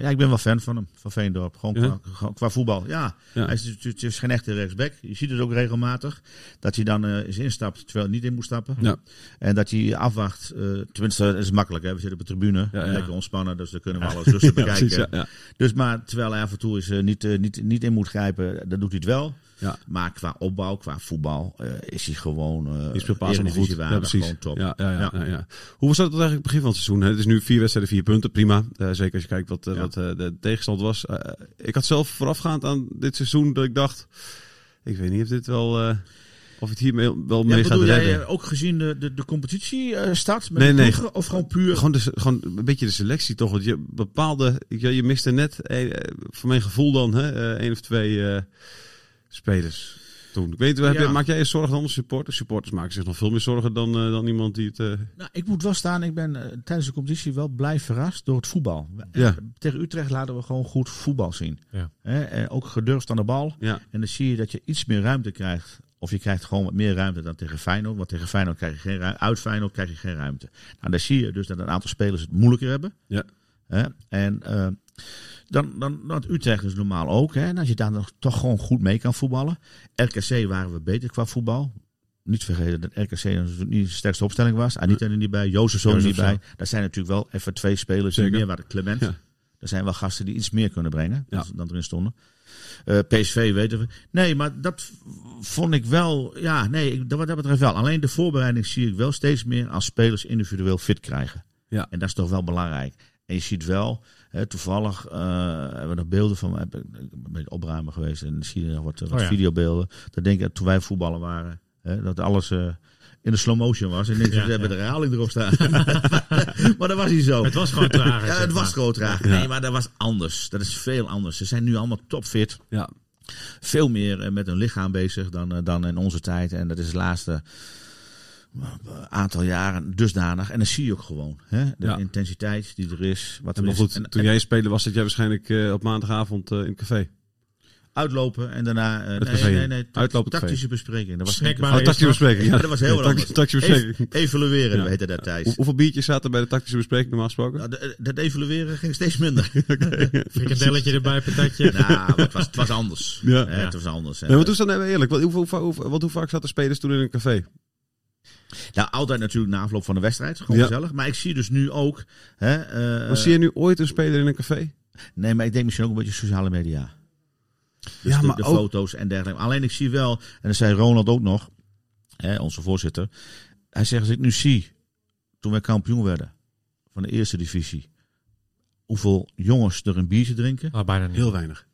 ja, ik ben wel fan van hem, van Veendorp. Gewoon Ja? qua, gewoon qua voetbal. Ja, Ja. hij is, natuurlijk- het is geen echte rechtsback. Je ziet het ook regelmatig. Dat hij dan eh, eens instapt, terwijl hij niet in moet stappen. Ja. En dat hij afwacht. eh, tenminste, dat is makkelijk. Hè? We zitten op de tribune. Ja, ja. Lekker ontspannen, dus dan kunnen we alles rustig *laughs* Ja, bekijken. precies, ja, ja. Dus maar terwijl hij af en toe is, niet, eh, niet, niet in moet grijpen, dan doet hij het wel. Ja. Maar qua opbouw, qua voetbal, eh, is hij gewoon. eh Die speelt paas allemaal goed. Eredivisie waardig, Ja, precies. Gewoon top. Ja, ja, ja, Ja. ja. ja. Hoe was dat eigenlijk het begin van het seizoen? hè? Het is nu vier wedstrijden, vier punten. Prima. Eh, zeker als je kijkt wat, eh, Ja. wat eh, de tegenstand was. Eh, ik had zelf voorafgaand aan dit seizoen dat ik dacht... Ik weet niet of dit wel... eh, of het hiermee wel mee Ja, gaat bedoel jij redden. eh, ook gezien de, de, de competitie eh, start? Met Nee, de nee. ploegen, Of gewoon puur? Gewoon, de, gewoon een beetje de selectie toch. Want je bepaalde. Ja, je miste net, eh, voor mijn gevoel dan, hè, eh, één of twee eh, spelers. toen. Ik weet, heb Ja. jij- maak jij je zorgen dan om supporters? Supporters maken zich nog veel meer zorgen dan, eh, dan iemand die het... eh, Nou, ik moet wel staan. Ik ben eh, tijdens de competitie wel blij verrast door het voetbal. Eh, Ja. Tegen Utrecht laten we gewoon goed voetbal zien. Ja. Hè, eh, ook gedurfd aan de bal. ja, En dan zie je dat je iets meer ruimte krijgt. Of je krijgt gewoon wat meer ruimte dan tegen Feyenoord. Want tegen Feyenoord krijg je geen ruimte. Uit Feyenoord krijg je geen ruimte. Nou, dan zie je dus dat een aantal spelers het moeilijker hebben. Ja. Hè? En eh, dan, dan, dat Utrecht is normaal ook. Hè? En als je daar nog toch gewoon goed mee kan voetballen. RKC waren we beter qua voetbal. Niet vergeten dat RKC natuurlijk niet de sterkste opstelling was. Anita er niet bij, Jozef er niet bij. Jozefzoon. Daar zijn natuurlijk wel even twee spelers Zeker. die meer waren. Clement. Ja. Er zijn wel gasten die iets meer kunnen brengen Ja. dan, dan erin stonden. Eh, PSV weten we. Nee, maar dat v- vond ik wel. Ja, nee, ik, dat- wat dat betreft wel. Alleen de voorbereiding zie ik wel steeds meer als spelers individueel fit krijgen. Ja. En dat is toch wel belangrijk. En je ziet wel, hè, toevallig eh, hebben we nog beelden van. Ik ben ik ben bij het opruimen geweest en zie je nog wat, eh, wat Oh ja. videobeelden. Dan denk ik dat toen wij voetballen waren, hè, dat alles. eh, in de slow motion was. En ik denk, Ja, ze hebben ja. de herhaling erop staan. *laughs* maar dat was niet zo. Het was gewoon *laughs* traag. Ja, zeg het maar. was groot traag. Nee, maar dat was anders. Dat is veel anders. Ze zijn nu allemaal topfit. ja. Veel meer eh, met hun lichaam bezig dan, eh, dan in onze tijd. En dat is de laatste eh, aantal jaren dusdanig. En dat zie je ook gewoon. Hè? De Ja. intensiteit die er is. Wat En er maar is. goed, En- toen en jij speler was, zat jij waarschijnlijk eh, op maandagavond eh, in het café. Uitlopen en daarna... eh, café nee, in. nee, nee. ta- Uitlopen het tactische bespreking. Dat was geen Snackbar. café. oh, tactische bespreking. Ja, dat was heel wat Tact- anders. Tactische bespreking. Ev- evalueren Ja. heette dat Hoe- thuis. hoeveel biertjes zaten bij de tactische bespreking normaal gesproken? Nou, de- dat evalueren ging steeds *laughs* minder. Frikandelletje erbij, patatje. nou, maar het was, het was anders. *laughs* Ja. Hè, Het was anders. En nee, maar toen dan even eerlijk. Wat, hoeveel, hoe, wat, hoe vaak zaten spelers toen in een café? Eh, Nou, altijd natuurlijk na afloop van de wedstrijd. Gewoon Ja. gezellig. Maar ik zie dus nu ook. Hè, eh, Maar zie je nu ooit een speler in een café? dus Nee, maar ik denk misschien ook een beetje sociale media. Dus Ja, de, maar de ook- foto's en dergelijke. Alleen ik zie wel, en dat zei Ronald ook nog, hè, onze voorzitter. Hij zegt, als ik nu zie, toen wij kampioen werden van de eerste divisie, hoeveel jongens er een biertje drinken Ah, bijna niet. Heel weinig.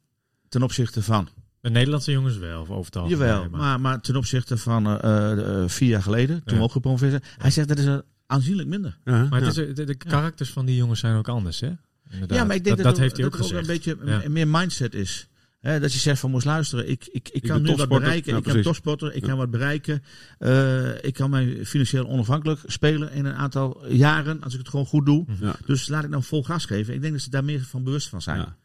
ten opzichte van. De Nederlandse jongens wel, of overtal. Jawel, maar, maar ten opzichte van eh, eh, eh, vier jaar geleden, toen Ja. we ook gepromoveerd zijn. Hij zegt, dat is eh, aanzienlijk minder. Ja, Maar ja. het is, de, de karakters van die jongens zijn ook anders, hè? Inderdaad. Ja, maar ik denk dat, dat, er- heeft hij ook dat er gezegd. een beetje Ja. m- meer mindset is. Hè, dat je zegt van moest luisteren, ik, ik, ik kan ben nu wat topsporter. bereiken. Ja, ik kan precies. topsporter, ik Ja. kan wat bereiken. Eh, ik kan mij financieel onafhankelijk spelen in een aantal jaren als ik het gewoon goed doe. Mhm. Ja. Dus laat ik nou vol gas geven. Ik denk dat ze daar meer van bewust van zijn. Ja.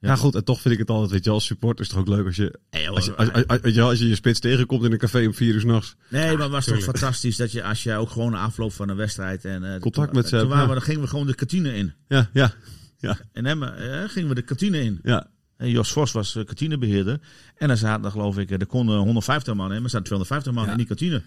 Ja, goed, en toch vind ik het altijd, weet je, als supporter is het toch ook leuk als je Nee, hoor, als je, als, als- als- weet je, wel, als je je spits tegenkomt in een café om vier uur s'nachts. nee, maar was toch tuurlijk. fantastisch dat je als je ook gewoon na afloop van een wedstrijd en eh, Contact toen- met ze toen hebben, waren we, ja. dan gingen we gewoon de kantine in. Ja, ja, In Emmen eh, gingen we de kantine in. ja. En Jos Vos was eh, kantinebeheerder. En daar zaten, geloof ik, eh, er konden 150 man in, maar er zaten 250 man in die kantine.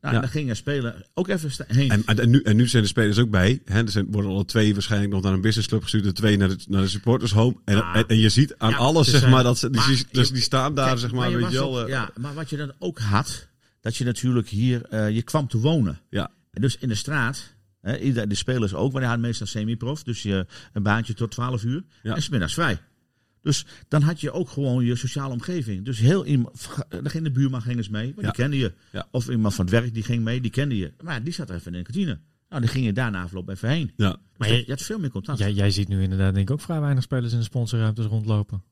Nou, Ja. en daar ging een speler ook even sta- heen. En, en, nu, en nu zijn de spelers ook bij. Hè? Er zijn, worden alle twee waarschijnlijk nog naar een businessclub gestuurd. De twee naar de, naar de supporters home. En, en, en je ziet aan Ja, eh, alles, ze zeg zijn- maar, dat ze, die, maar die- dus je- die staan daar, Kijk, zeg maar maar, je weet was je wel. ook- eh, ja, maar wat je dan ook had, dat je natuurlijk hier, eh, je kwam te wonen. Ja. En dus in de straat, hè, ieder- de spelers ook, want die hadden meestal semi-prof. Dus je, een baantje tot 12 uur Ja. en smiddags vrij. Dus dan had je ook gewoon je sociale omgeving. Dus heel iemand, dan ging de buurman ging eens mee, maar Ja. die kende je. Ja. Of iemand van het werk die ging mee, die kende je. Maar die zat er even in de kantine. Nou, dan ging je daarna afloop even heen. ja. Maar Dus jij- je had veel meer contact. Jij, jij ziet nu inderdaad denk ik ook vrij weinig spelers in de sponsorruimtes rondlopen.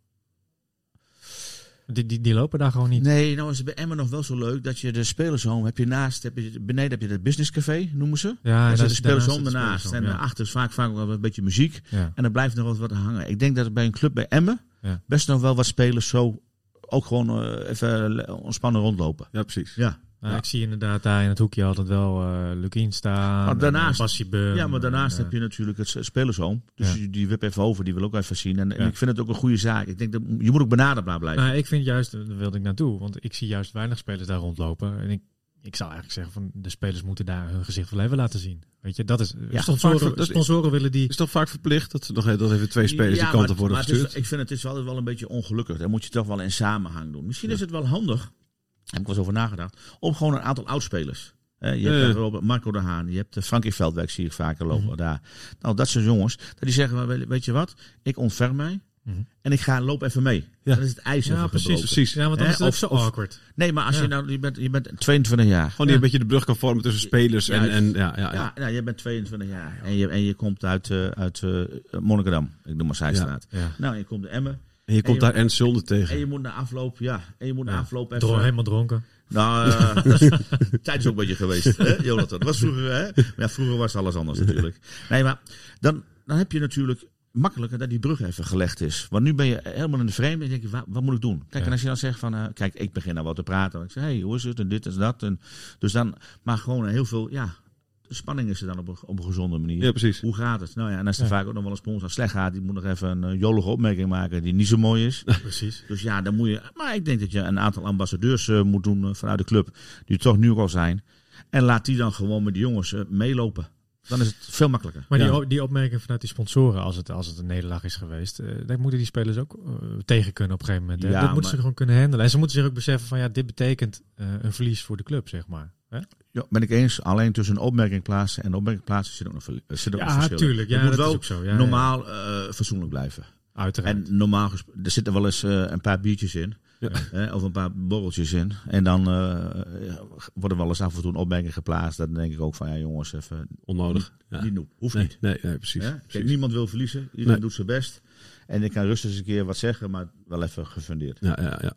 Die, die, die lopen daar gewoon niet. Nee, nou is het bij Emmen nog wel zo leuk dat je de spelershome heb je naast, heb je, beneden heb je het businesscafé, noemen ze. Ja, Daar Ah, dat zit de is spelershome het daarnaast. En ah. spelershome, ja. achter is vaak, vaak ook wel een beetje muziek. Ja. En er blijft nog wat, wat hangen. Ik denk dat het bij een club bij Emmen Ja. best nog wel wat spelers zo ook gewoon eh, even le- ontspannen rondlopen. ja, precies. Ja. Nou, Ja. Ik zie inderdaad daar in het hoekje altijd wel eh Lukien staan. Maar Ah, daarnaast- en Bassie Beum ja, maar daarnaast en, eh, heb je natuurlijk het s- spelershome. Dus Ehm, Ja. die- die wip even over, die wil ook even zien. En, en Ja. ik vind het ook een goede zaak. Ik denk dat je moet ook benaderbaar blijven. Nou, ik vind juist, daar wilde ik naartoe, want ik zie juist weinig spelers daar rondlopen. En ik, ik zou eigenlijk zeggen van de spelers moeten daar hun gezicht wel even laten zien. Weet je, dat is. Ja, vaak- sponsoren, dat is- sponsoren willen die. Het is toch vaak verplicht dat, ze nog, dat even twee spelers die Ja, kant maar- op worden maar het gestuurd? Is, ik vind het is altijd wel een beetje ongelukkig. Daar moet je toch wel in samenhang doen. Misschien is het wel handig, daar heb ik wel eens over nagedacht, om gewoon een aantal oudspelers. hè, Je hebt Ja, Mhm. ja. bijvoorbeeld Marco de Haan, je hebt eh, Frankie Veldwijk, zie ik vaker lopen daar. Nou, dat zijn jongens, dat die zeggen, "Maar weet- weet je wat, ik ontfer mij Mhm. en ik ga loop even mee. Ja. Dan is het ijs ja, even precies, gebroken. precies. Ja, want dan Hè, is het ook of- zo of- awkward. Nee, maar als Ja. je nou, je bent, je bent 22 jaar. Gewoon die een beetje de brug kan vormen tussen spelers en... Juist. en ja, Ja, ja, ja. nou, je bent 22 jaar en je, en je komt uit, eh uit eh, Monnikendam, ik noem maar Zijstraat. Ja. Nou, je komt de Emmen. En je komt je- daar Ernst Zulder En je tegen. moet na afloop, ja, en je moet na Ja. afloop even... Dro- helemaal dronken. Nou, eh, *laughs* dat is- tijd is ook een beetje geweest, hè, Jonathan. Dat was vroeger, hè? Maar ja, vroeger was alles anders natuurlijk. Nee, maar dan, dan heb je natuurlijk makkelijker dat die brug even gelegd is. Want nu ben je helemaal in de vreemde en denk je, wa- wat, moet ik doen? Kijk, Ja. en als je dan zegt van, eh, kijk, ik begin nou wat te praten. Ik zeg, hey, hoe is het? En dit en dat. En, dus dan, maar gewoon heel veel, ja, spanning is er dan op een, op een gezonde manier. Ja, precies. Hoe gaat het? Nou ja, en als er Ja. vaak ook nog wel een sponsor slecht gaat, die moet nog even een eh, jolige opmerking maken die niet zo mooi is. *laughs* Precies. Dus ja, dan moet je. Maar ik denk dat je een aantal ambassadeurs eh, moet doen eh, vanuit de club. Die er toch nu al zijn. En laat die dan gewoon met de jongens eh, meelopen. Dan is het veel makkelijker. Maar Ja. die, o- die opmerking vanuit die sponsoren, als het, als het een nederlaag is geweest, eh daar moeten die spelers ook eh, tegen kunnen op een gegeven moment. hè. Ja, dat moeten maar- ze gewoon kunnen handelen. En ze moeten zich ook beseffen van ja, dit betekent eh, een verlies voor de club, zeg maar. Hè? Ja, ben ik eens. Alleen tussen een opmerking plaatsen en een opmerking plaatsen zit ook nog verli- eh, zit ook nog Ja, verschil. in. tuurlijk. Ja, Het moet dat is wel ook zo. Ja, ja, normaal eh, fatsoenlijk blijven. Uiteraard. En normaal gesproken, er zitten wel eens eh, een paar biertjes in. Ja. Eh, of een paar borreltjes in. En dan eh, worden wel eens af en toe een opmerking geplaatst. Dan denk ik ook van ja jongens, even Onnodig. Ja. niet doen. Hoeft Nee, niet. nee, nee, precies. Hè? Kijk, precies. niemand wil verliezen. Iedereen Nee. doet zijn best. En ik kan rustig eens een keer wat zeggen, maar wel even gefundeerd. Ja, ja, ja.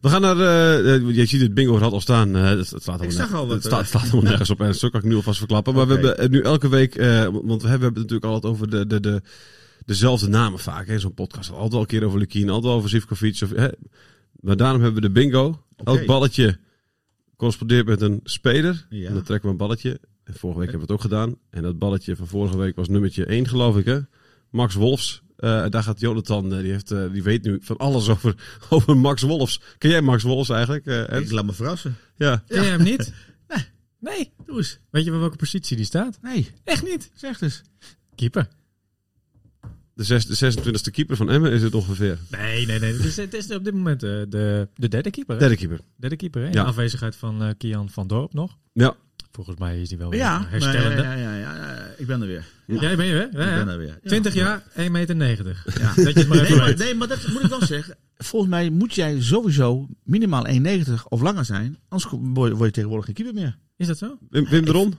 We gaan naar. eh, eh, je ziet het bingo had al staan. eh het, het staat Ik zag al wat, Het staat, eh. staat helemaal nergens op. En zo kan ik nu alvast verklappen. Maar Oké. we hebben eh, nu elke week. eh, want we hebben het natuurlijk altijd over de, de, de, dezelfde namen vaak. hè, in Zo'n podcast. Altijd wel een keer over Lukien. Altijd wel over Zivkovic. Of, hè. Maar daarom hebben we de bingo. Oké. Elk balletje correspondeert met een speler. Ja. En dan trekken we een balletje. En vorige week hebben we het ook gedaan. En dat balletje van vorige week was nummertje 1, geloof ik. Hè? Max Wolfs. Eh, daar gaat Jonathan, eh, die, heeft, eh, die weet nu van alles *laughs* over, over Max Wolfs. Ken jij Max Wolfs eigenlijk? eh, Ernst? Ik laat me verrassen. ja. Ken jij hem *laughs* niet? Nee, doe eens. Weet je bij welke positie die staat? Nee, Echt niet. zeg dus. eens. Keeper. De, zes, de 26e keeper van Emmen is het ongeveer. Nee, nee, nee. Het is, het is op dit moment eh, de, de derde keeper. Hè? Derde keeper. Derde keeper, hè? In Ja. afwezigheid van eh, Kian van Dorp nog. Ja. Volgens mij is die wel weer Ja, maar eh, ja, herstellende. ja, ja, ja, ja, ik ben er weer. Jij ben je, hè? Ja, Ik ja. ben er weer. Ja. 20 jaar, 1,90 meter. *laughs* Ja. Dat je het maar even Nee maar, weet. nee, maar dat moet ik wel zeggen. Volgens mij moet jij sowieso minimaal 1,90 of langer zijn. Anders ko- word je- word je tegenwoordig geen keeper meer. Is dat zo? Wim, Wim de Ron?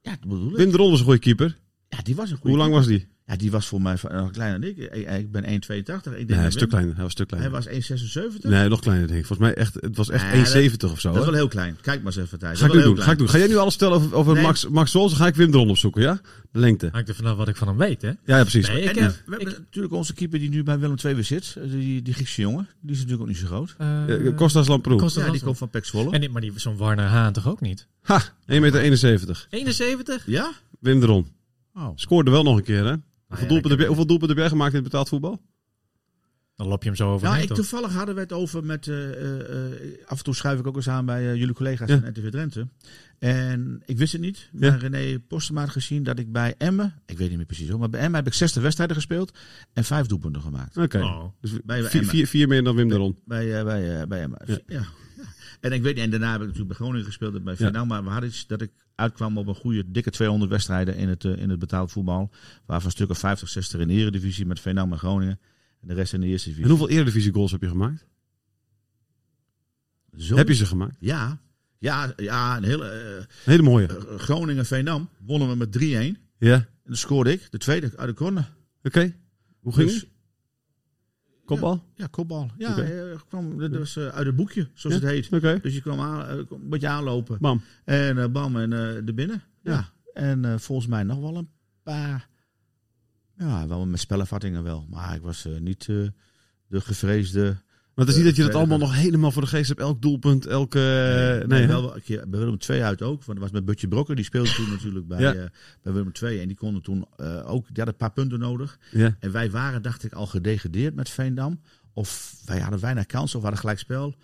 Ja, dat bedoel ik. Wim de Ron was een goede keeper. Ja, die was een goede. Hoe lang was die? Ja, die was voor mij van- nog kleiner dan ik. Ik, ik ben 1,82. Ik denk dat Nee, hij, Wim- was een stuk kleiner. hij was een stuk Hij kleiner. was 1,76. Nee, nog kleiner denk ik. Volgens mij echt, het was echt Ja, 1,70 of zo. Dat is hè? wel heel klein. Kijk maar eens even thuis. Ga ik nu doen. Ga ik doen. Ga jij nu alles vertellen over, over Nee. Max, Max Wolfs? Dan ga ik Wim de Ron opzoeken, ja? De lengte. Hangt er vanaf wat ik van hem weet, hè? Ja, ja precies. Nee, ik En heb... we hebben natuurlijk onze keeper die nu bij Willem II weer zit. eh, Die, die Griekse jongen. Die is natuurlijk ook niet zo groot. eh, Eh, Kostas Lamproe. Kostas Ja, die Lasman. komt van Pek Zwolle. En dit, maar die, zo'n Warner Haan toch ook niet? Ha, 1,71 meter. 71? Ja? Wim de Ron. Oh. Scoorde wel nog een keer, hè? Nou ja, Hoeveel doelpunten heb je- hoeveel doelpunten heb jij gemaakt in betaald voetbal? Dan lop je hem zo Nou, overheen, ik, toch? toevallig hadden we het over met... eh, eh, eh, af en toe schuif ik ook eens aan bij eh, jullie collega's Ja. van RTV Drenthe. En ik wist het niet. Maar Ja. René Postema had gezien dat ik bij Emmen... Ik weet niet meer precies hoor. Maar bij Emmen heb ik 60 wedstrijden gespeeld. En vijf doelpunten gemaakt. Oké. Oh. Dus Bij vier, Emmen. vier, vier meer dan Wim de Ron. Bij, eh, bij, eh, bij Emmen. Ja. Ja. Ja. *laughs* En ik weet niet, en daarna heb ik natuurlijk bij Groningen gespeeld en bij Vietnam. Maar we hadden iets dat ik uitkwam op een goede, dikke 200 wedstrijden in het, eh, in het betaald voetbal. Waarvan een stuk of 50, 60 in de Eredivisie met Vietnam en Groningen. En de rest in de Eerste En Divisie. hoeveel Eredivisie goals heb je gemaakt? Zo? Heb je ze gemaakt? Ja. Ja, ja een hele, eh, Een hele mooie. eh, Groningen Veenam wonnen we met 3-1. Ja. Oké. En dan scoorde ik, de tweede uit de corner. Hoe ging Dus- het? Kopbal? Ja, kopbal. Ja, Oké. eh, kwam, dat was eh, uit het boekje, zoals Ja? het heet. Oké. Dus je kwam aan, eh, een beetje aanlopen. Bam. En eh, bam, en eh de binnen. Ja. Ja. En eh, volgens mij nog wel een paar. Ja, wel met spellenvattingen wel. Maar ik was eh, niet eh, de gevreesde. Maar het is niet dat je dat Eh, allemaal eh, nog helemaal voor de geest hebt. Elk doelpunt, elke... Eh, Nee, maar hè? wel een keer bij Willem II uit ook. Want dat was met Butje Brokker. Die speelde toen natuurlijk bij, Ja. eh, bij Willem II. En die konden toen eh, ook. Die hadden een paar punten nodig. Ja. En wij waren, dacht ik, al gedegradeerd met Veendam. Of wij hadden weinig kans of we hadden gelijk spel.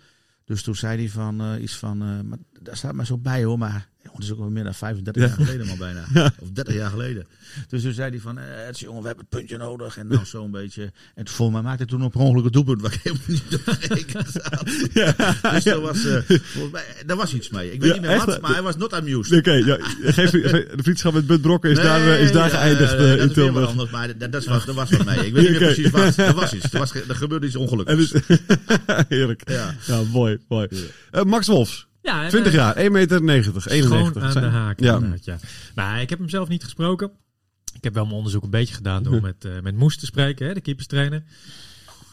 Dus toen zei hij van eh, iets van. eh, maar daar staat maar zo bij hoor. Maar joh, dat is ook al meer dan 35 jaar geleden, maar *laughs* bijna. Of 30 jaar geleden. Dus toen zei hij van. eh, het is jongen, we hebben het puntje nodig. En nou zo'n beetje. En voor mij maakte hij toen op een ongeluk een doelpunt. Waar ik helemaal niet op gerekend had. *laughs* Dus daar was, eh, volgens mij, daar was iets mee. Ik weet Ja, niet meer echt? wat, maar hij was not amused. Oké, ja, geef, geef- de vriendschap met Bud Brokken is daar, eh, is daar Nee, eh, geëindigd eh, dat in is weer wat Tilburg. Oh. anders, maar dat, dat was, dat was wat mee. Ik *laughs* weet niet meer Oké. precies wat. Er *laughs* was iets. Er, was, ge- er gebeurde iets En ongelukkigs. dus, *laughs* heerlijk. Ja. Ja. mooi, mooi. Eh, Max Wolfs, Ja, en, 20 eh, jaar, 1,90 meter. 91. Schoon aan de haak. Ja. Ja. ja. Nou, ik heb hem zelf niet *laughs* gesproken. Ik heb wel mijn onderzoek een beetje gedaan door met, eh, met Moes te spreken, hè, de keeperstrainer.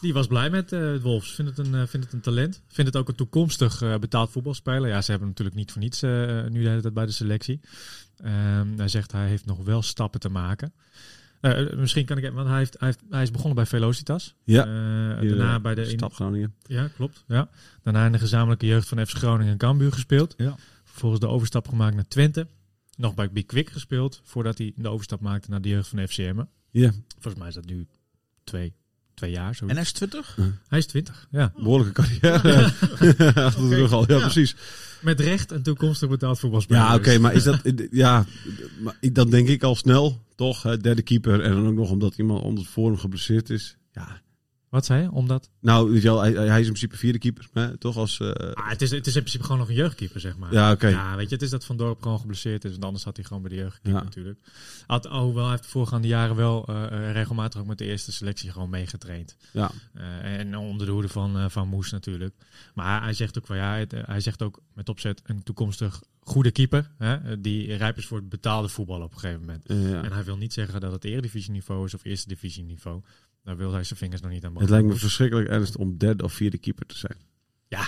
Die was blij met eh Wolfs. Vindt het, een, eh, vindt het een talent. Vindt het ook een toekomstig eh, betaald voetbalspeler. Ja, ze hebben hem natuurlijk niet voor niets eh, nu de hele tijd bij de selectie. Ehm, hij zegt hij heeft nog wel stappen te maken. Eh, misschien kan ik even, want hij, heeft, hij, heeft, hij is begonnen bij Velocitas. Ja. Eh, Hier, daarna eh, bij de Stap Groningen. ja, klopt. Ja. Daarna in de gezamenlijke jeugd van FC Groningen en Cambuur gespeeld. Ja. Vervolgens de overstap gemaakt naar Twente. Nog bij Big Quick gespeeld, voordat hij de overstap maakte naar de jeugd van FC Emmen. Ja, Volgens mij is dat nu twee, twee jaar. Zo. En hij is 20? Hij is twintig, ja. behoorlijke carrière. Achter de rug al, *laughs* ja, Ja. precies. Met recht een toekomstig betaald voetbalspeler. Ja, oké, Dus, maar is dat... Ja, maar ik- dan denk ik al snel, toch? hè, Derde keeper en dan ook nog omdat iemand onder voor hem geblesseerd is. Ja. Wat zei je? Omdat? Nou, weet je wel, hij, hij is in principe vierde keeper, hè? toch? Als, eh, Ah, het, is, het is in principe gewoon nog een jeugdkeeper, zeg maar. ja, oké. Ja, weet je, het is dat Van Dorp gewoon geblesseerd is. Want anders had hij gewoon bij de jeugd gekiept Ja. natuurlijk. Had, hoewel, hij heeft de voorgaande jaren wel eh, eh, regelmatig ook met de eerste selectie gewoon meegetraind. Ja. Eh, en onder de hoede van, eh, van Moes natuurlijk. Maar hij zegt ook, van, ja, het, eh, hij zegt ook met opzet een toekomstig goede keeper. Hè, eh, die rijp is voor het betaalde voetbal op een gegeven moment. Eh, ja. En hij wil niet zeggen dat het eredivisieniveau is of eerste divisieniveau. Daar wil hij zijn vingers nog niet aan Het branden. lijkt me verschrikkelijk ernstig om derde of vierde keeper te zijn. Ja,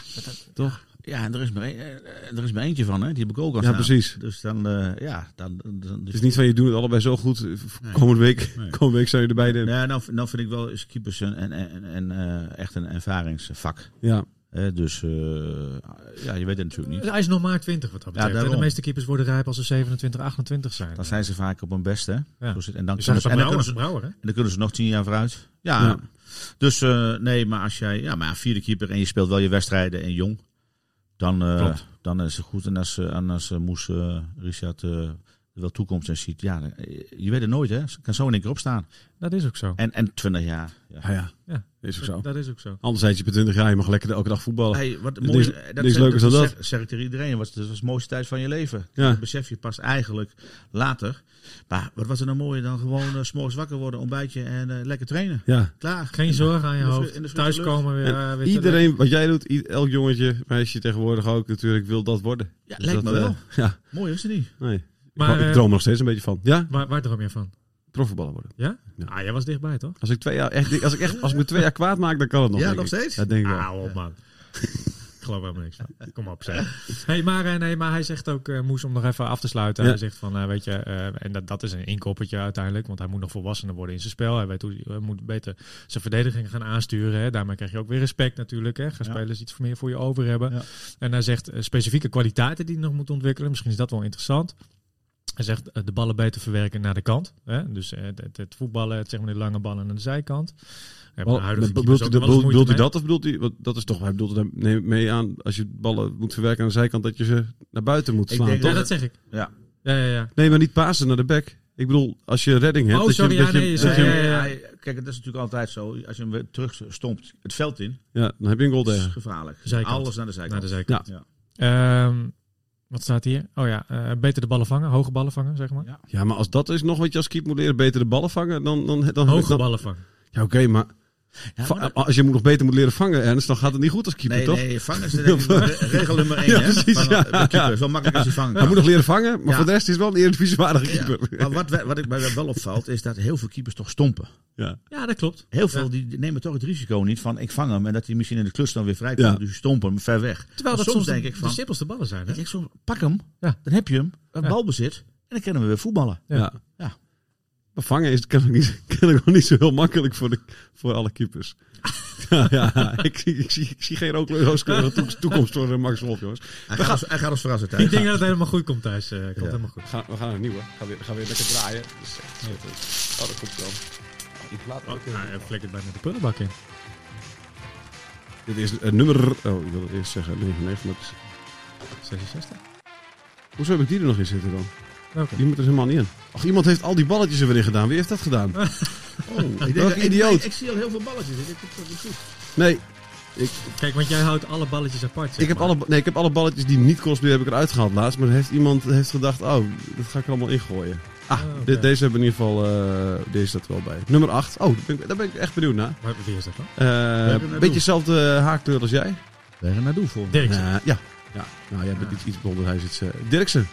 Toch? Ja, en er is maar, een- eh, er is maar eentje van, hè? Die heb ik ook al Ja, staan. precies. Dus dan, eh, ja, dan... dan Het dus is niet van je doet het allebei zo goed. eh, Komende week, Nee. komende week zijn jullie er beide. Ja, nou, nou vind ik wel is keepers een, en en en eh, echt een ervaringsvak. Ja. hè dus eh, ja, je weet het natuurlijk niet. Hij is nog maar 20 wat dat betreft. En de daarom. meeste keepers worden rijp als ze 27, 28 zijn. Dan zijn ze vaak op hun best, hè? Ja. Zo zit- en, dan Dus kunnen dat ze, en, dan is Brouwer, kunnen ze, Brouwer, hè? en dan kunnen ze nog tien jaar vooruit. Ja. Ja. Dus eh, nee, maar als jij ja, maar vierde keeper en je speelt wel je wedstrijden en jong, dan, eh, Klopt. dan is het goed. En als, eh, en als eh, Moes eh, Richard eh, er wel toekomst in ziet, ja, dan- eh, je weet het nooit, hè? Ze kan zo in één keer opstaan. Dat is ook zo. En, en 20 jaar. Ja. Ja, ja. Ja. Is ook zo. Dat, dat is ook zo. Anderzijds, je bent 20 jaar, je mag lekker elke dag voetballen. Hey, wat Niks- mooi, is- niks dat leukers zeg, dan dat. Zeg, zeg ik tegen iedereen, wat, dat was de mooiste tijd van je leven. Ja. Dat besef je pas eigenlijk later. Maar wat was er nou mooier dan gewoon eh, 's morgens wakker worden, ontbijtje en eh, lekker trainen. Ja. Klaar. Geen zorgen aan je in de fri- in de hoofd. frisse Thuiskomen weer. En eh, weer Iedereen, wat jij doet, i- elk jongetje, meisje tegenwoordig ook natuurlijk, wil dat worden. Ja, Dus lijkt dat, me eh, wel. *laughs* ja, Mooi is het niet. nee. Maar, ik, ik eh, droom er nog steeds een beetje van. Ja, terug. Waar, waar droom je van? profvoetballer worden. Ja? Ja. Ah, jij was dichtbij, toch? Als ik, twee jaar, echt, als, ik echt, als ik me twee jaar kwaad maak, dan kan het nog. Ja, denk nog ik. steeds? Dat denk ik wel. Ah, op, man. Ik geloof helemaal niks van. Kom op, zeg. Hey, maar, eh, nee, maar hij zegt ook, eh, Moes, om nog even af te sluiten. Ja. Hij zegt van, eh, weet je, eh, en dat, dat is een inkoppertje uiteindelijk. Want hij moet nog volwassener worden in zijn spel. Hij weet hoe, hij moet beter zijn verdediging gaan aansturen. Hè. Daarmee krijg je ook weer respect natuurlijk. Hè. Gaan Ja. spelers iets meer voor je over hebben. Ja. En hij zegt eh, specifieke kwaliteiten die hij nog moet ontwikkelen. Misschien is dat wel interessant. Hij zegt eh, de ballen beter verwerken naar de kant. Hè. Dus eh, het, het voetballen, het, zeg maar de lange ballen aan de zijkant. Ja, maar Wel, de huidige be- keepers bedoelt u, dat- ook wel eens bedoelt- bedoelt moeite u dat mee. of bedoelt u, want dat is toch, hij bedoelt er dan- neem ik mee aan, als je ballen moet verwerken aan de zijkant, dat je ze naar buiten moet Ik slaan, denk toch? Ja, dat zeg ik. Ja. Ja, ja, ja. Nee, maar niet pasen naar de back. Ik bedoel, als je redding hebt, Oh, dat je- sorry, dat ja, je, nee, je dat zei- je- ja, ja. hij- kijk, dat is natuurlijk altijd zo. Als je hem weer terug stompt het veld in, ja, dan heb je een goal is tegen. gevaarlijk. Zijkant. Alles naar de zijkant. Naar de zijkant. Ja. Ehm, wat staat hier? Oh ja, eh, beter de ballen vangen. Hoge ballen vangen, zeg maar. Ja. Ja, maar als dat is nog wat je als keeper moet leren, beter de ballen vangen, dan... dan, dan, Hoge dan- ballen vangen. ja, oké, maar, Ja, va- maar dat- als je moet nog beter moet leren vangen, Ernst, dan gaat het niet goed als keeper, nee, toch? nee, vangen is de- denk ik wel re- regel nummer 1. Ja, hè? precies, Van, eh, ja. de keeper. Zo makkelijk als hij vangt. Hij moet nog leren vangen, maar Ja. voor de rest is het wel een eredivisiewaardige Ja. keeper. *laughs* Ja. Maar wat, we- wat ik mij wel opvalt, is dat heel veel keepers toch stompen. Ja, dat klopt. Heel veel die nemen toch het risico niet van ik vang hem en dat hij misschien in de klus dan weer vrijkomt. Ja. Dus je stompen hem ver weg. Terwijl dat Maar soms, soms denk ik van- de simpelste ballen zijn. Hè? Ik denk zo, pak hem, Ja. dan heb je hem, een Ja. balbezit en dan kunnen we weer voetballen. Ja. Ja. Maar vangen is kennelijk niet, kennelijk ook niet zo heel makkelijk voor, de, voor alle keepers. *laughs* ja, ja ik, zie- ik, zie, ik zie geen rookkleur- rooskleur toekomst- toekomst voor eh, Max Wolf, jongens. Hij gaat, ons, hij gaat ons verrassen Ik thuis. denk dat het helemaal goed komt, Thijs. eh komt helemaal goed. We gaan, we gaan naar een nieuwe. Gaan weer, gaan weer lekker draaien. Dus, eh, oh, dat komt wel. Ik laat ook, Oh, nou, hij flikkert bijna de prullenbak in. Dit is eh, nummer... Oh, ik wilde eerst zeggen 99, maar... het is- 66. Hoezo heb ik die er nog in zitten dan? Welke? Die moet er dus helemaal niet in. Ach, iemand heeft al die balletjes er weer in gedaan. Wie heeft dat gedaan? *laughs* Oh, ik Welk dat- ik- idioot. Ik, ik zie al heel veel balletjes. Ik, ik, ik- ik- ik- Nee, Kijk, want jij houdt alle balletjes apart. zeg ik heb, maar. alle, nee ik heb alle balletjes die niet kosten, heb ik eruit gehaald laatst. Maar heeft iemand heeft gedacht, oh, dat ga ik er allemaal ingooien. Ah, Oh, oké. de- deze hebben in ieder geval, eh, deze staat er wel bij. Nummer 8. Oh, daar ben ik, daar ben ik echt benieuwd naar. Maar wie is dat *laughs* dan? Eh, Welke naartoe? beetje dezelfde haarkleur als jij. Wij gaan naar Doe voor. Dirksen. Eh, ja. ja. Nou, jij bent Ja. iets, iets blonder. Hij zit... eh Dirksen.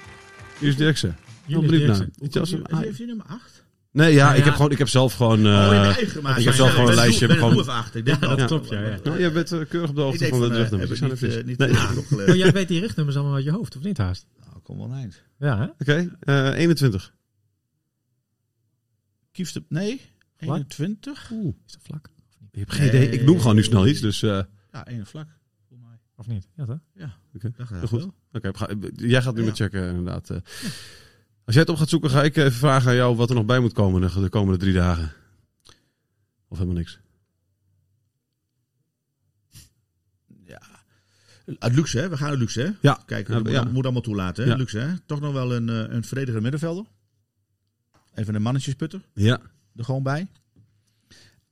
Hier is Dirksen. Julius benieuwd naar. Dirksen. Weet je, als een- Heeft hij nummer 8? Nee, ja, Nou ik, ja. heb gewoon, ik heb zelf gewoon... eh, Oh, in de eigen gemaakt. ik heb zelf gewoon een lijstje. Ben gewoon- gewoon... Ik denk dat wel. klopt, ja, ja. nou, jij bent eh, keurig op de Ik hoogte denk van de van, eh, heb ik rugnummers. Ja, dat niet, is- eh, niet Nee. vandaag Oh, opgelet. jij weet die richtnummers allemaal uit je hoofd, of niet haast? Nou, kom wel eind. Ja, hè? *laughs* Oké, eh, 21. Kiefst het? Nee. Vlak? 21? Oeh. Is dat vlak? Ik heb geen idee. Ik noem gewoon nu snel iets, dus... eh, Ja, één vlak. Volgens mij. Of niet? Ja, toch? Ik dacht Ja, dat goed. wel. Oké, we gaan- jij gaat nu Ja. maar checken, inderdaad. Eh, Als jij het op gaat zoeken, ga ik even vragen aan jou wat er nog bij moet komen de de komende drie dagen. Of helemaal niks. Uit Ah, luxe, hè? We gaan uit luxe, hè? Ja. Kijk, Ja, dat moet, ja. dat moet allemaal toelaten, hè? Ja. Luxe, hè? Toch nog wel een, eh, een verdedigende middenvelder. Even een mannetjesputter Ja. er gewoon bij.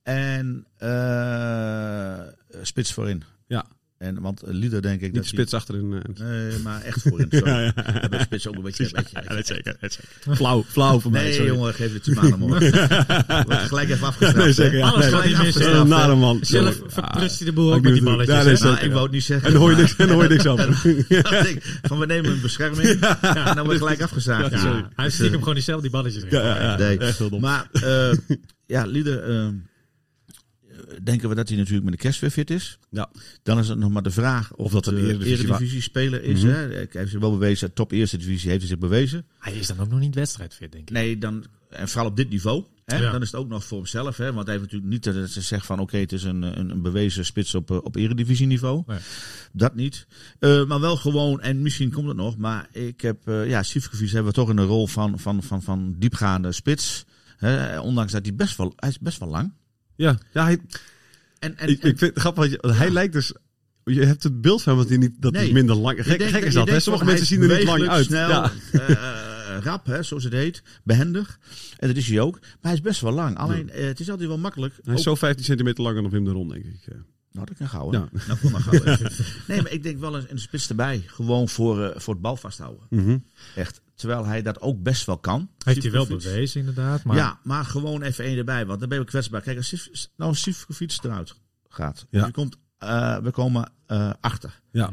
En eh, spits voorin. Ja. En, want Lieder denk ik... Niet dat de spits achterin. eh. Die, nee, maar echt voorin. Sorry. *laughs* Ja, ja. Ja, bij de spits ook een beetje... een beetje- dat zeker. Dat zeker. Flauw, flauw voor Nee, mij. sorry. *laughs* jongen, geef het je maar morgen. Wordt gelijk even afgestraft. Nee, hè? zeker. Ja, Alles nee, gaat niet dat is mis, een hè? nare man. Zelf Sorry. verprutst Ah. hij de boel Ah, ook met die ik bedoel- balletjes. daar hè? is het. Nou, Zeker. ik wou het niet zeggen. En dan hoor je maar- niks, en *laughs* dan hoor je niks over. Dat ik, van we nemen een bescherming en dan wordt gelijk afgezaagd. Ja, hij stiekem gewoon niet zelf die balletjes erin. Ja, ja, ja. Nee. Echt heel dom. Maar eh, *laughs* ja, Lieder, eh, denken we dat hij natuurlijk met de kerst weer fit is. Ja. Dan is het nog maar de vraag of, Of dat de een Eredivisie- Mhm. speler is. hè. Hij heeft zich wel bewezen, top eerste divisie heeft hij zich bewezen. Hij is dan ook nog niet wedstrijdfit, denk ik. Nee, dan, en vooral op dit niveau. Hè, Ja. Dan is het ook nog voor hemzelf. Hè, want hij heeft natuurlijk niet dat ze zegt van oké, het is een, een, een bewezen spits op, eh, op eredivisieniveau. Nee. Dat niet. Eh, maar wel gewoon, en misschien komt het nog, maar ik heb, eh ja, Sivkovic hebben we toch in de rol van, van, van, van diepgaande spits. Hè, ondanks dat hij best wel, hij is best wel lang. Ja, ja hij, En, en, ik, ik vind het grappig, want je- want hij lijkt dus... Je hebt het beeld van hem dat hij niet dat hij Nee. minder lang... Gek, gek is dat, hè? Sommige mensen zien er niet lang uit. Snel, Ja. eh, eh, rap, hè, zoals het heet. Behendig. En dat is hij ook. Maar hij is best wel lang. Alleen, eh, het is altijd wel makkelijk. Hij is zo 15 centimeter langer dan Wim de Ron, denk ik. eh. Nou, dat kan gauw. hè? Ja. Nou, kom maar gauw. even. nee, maar ik denk wel een, een spits erbij. Gewoon voor, eh, voor het bal vasthouden. Echt. Terwijl hij dat ook best wel kan. Heeft hij wel Sivkovic. bewezen, inderdaad. Maar Ja, maar gewoon even één erbij. Want dan ben je kwetsbaar. Kijk, als Sif- nou Sivkovic eruit gaat. Ja. Je komt, eh, we komen eh, achter Ja.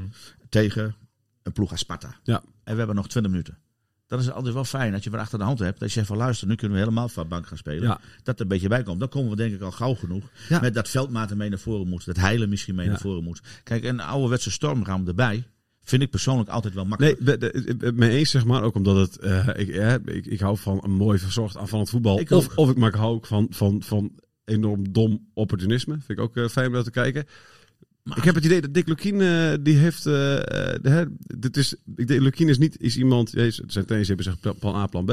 tegen een ploeg als Sparta. Ja. En we hebben nog 20 minuten. Dat is altijd wel fijn dat je weer achter de hand hebt. Dat je van luister, nu kunnen we helemaal van bank gaan spelen. Ja. Dat er een beetje bij komt. Dan komen we denk ik al gauw genoeg. Ja. Met dat veldmaten mee naar voren moet. Dat heilen misschien mee Ja. naar voren moet. Kijk, een ouderwetse stormraam erbij vind ik persoonlijk altijd wel Nee, makkelijk. be- de- het- het- mee eens zeg maar. Ook omdat het... eh, ik, eh, ik, ik hou van een mooi verzorgd aanvallend voetbal. Ik of, ook. of ik maak hou ook van, van, van enorm dom opportunisme. Vind ik ook eh, fijn om naar te kijken. ik heb het idee dat Dick Lukien, eh, die heeft... eh, eh, de- hè, dit is, ik denk, Lukien is niet is iemand... ja, is- Zijn trainers hebben gezegd pla- plan A, plan B.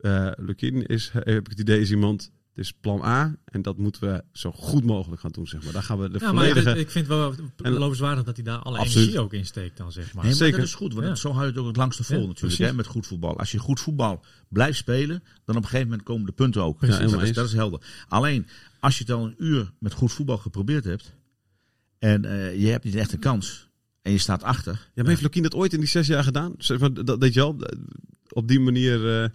Eh Lukien is, eh, heb ik het idee, is iemand... Het is plan A en dat moeten we zo goed mogelijk gaan doen, zeg maar. Daar gaan we de Ja, maar volledige... ik, ik vind wel En- lovenswaardig dat hij daar alle Absoluut. energie ook in steekt dan, zeg maar. Nee, maar zeker. dat is goed, want Ja. het- zo hou je het ook het langste vol Ja, natuurlijk precies. hè, met goed voetbal. Als je goed voetbal blijft spelen, dan op een gegeven moment komen de punten ook. Precies. dat, helemaal is, eens. dat is helder. Alleen, als je het al een uur met goed voetbal geprobeerd hebt en eh, je hebt niet echt een kans en je staat achter, Ja, maar heeft Lukien dat ooit in die zes jaar gedaan? Zeg maar, dat, dat je wel, op die manier... eh,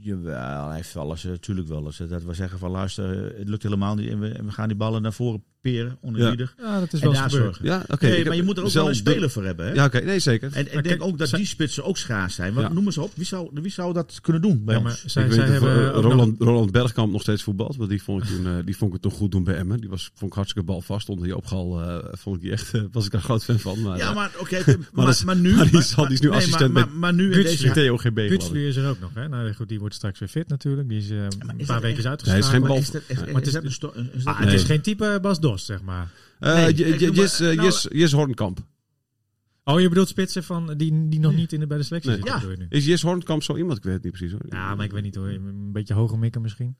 Jawel, hij heeft wel eens, eh, natuurlijk wel eens. eh, Dat we zeggen van luister, eh, het lukt helemaal niet en we, en we gaan die ballen naar voren peren, onerbiedig. Ja, dat is en wel daar eens gebeurd. zorgen. ja, oké. nee, ik maar je heb moet er ook wel zelf een de- speler voor hebben. Hè? Ja, oké. Nee, zeker. En ik Maar denk kijk, ook dat zij- die spitsen ook schaars zijn. Want Ja. noem eens op, wie zou, wie zou dat kunnen doen bij Ja, ons? maar zij, ik weet zij dat, hebben eh, ook nog- Roland, Roland Bergkamp nog steeds voetbalt. Want die vond ik toen, eh, die vond ik het toch goed doen bij Emmen. Die was, vond ik hartstikke balvast. Onder die opgal eh, vond ik die echt, eh, was ik daar groot fan van. Maar, Ja, eh, maar oké, *laughs* maar, maar, dat- nu... maar die is al- die is nu assistent maar, bij maar, maar nu in deze... Theo GB geloof ik. Gutslu is er ook nog, hè? Nou goed, die wordt straks weer fit natuurlijk. Die is eh, een is paar dat weken echt- is Nee, is geen uitgeschakeld. bal. Maar is dat echt- Maar is het is- dat een sto- is dat- Ah, het is Nee. geen type Bas Dost, zeg maar. Eh, Nee, je- ik je- noem Jis, maar- eh, nou- Jis- Jis Hornkamp. Oh, je bedoelt spitsen van die, die nog niet in de, bij de selectie Nee. zitten, Ja. bedoel je nu? Is Jis Hornkamp zo iemand? Ik weet het niet precies hoor. Ja, maar ik weet niet hoor. Een beetje hoger mikken misschien.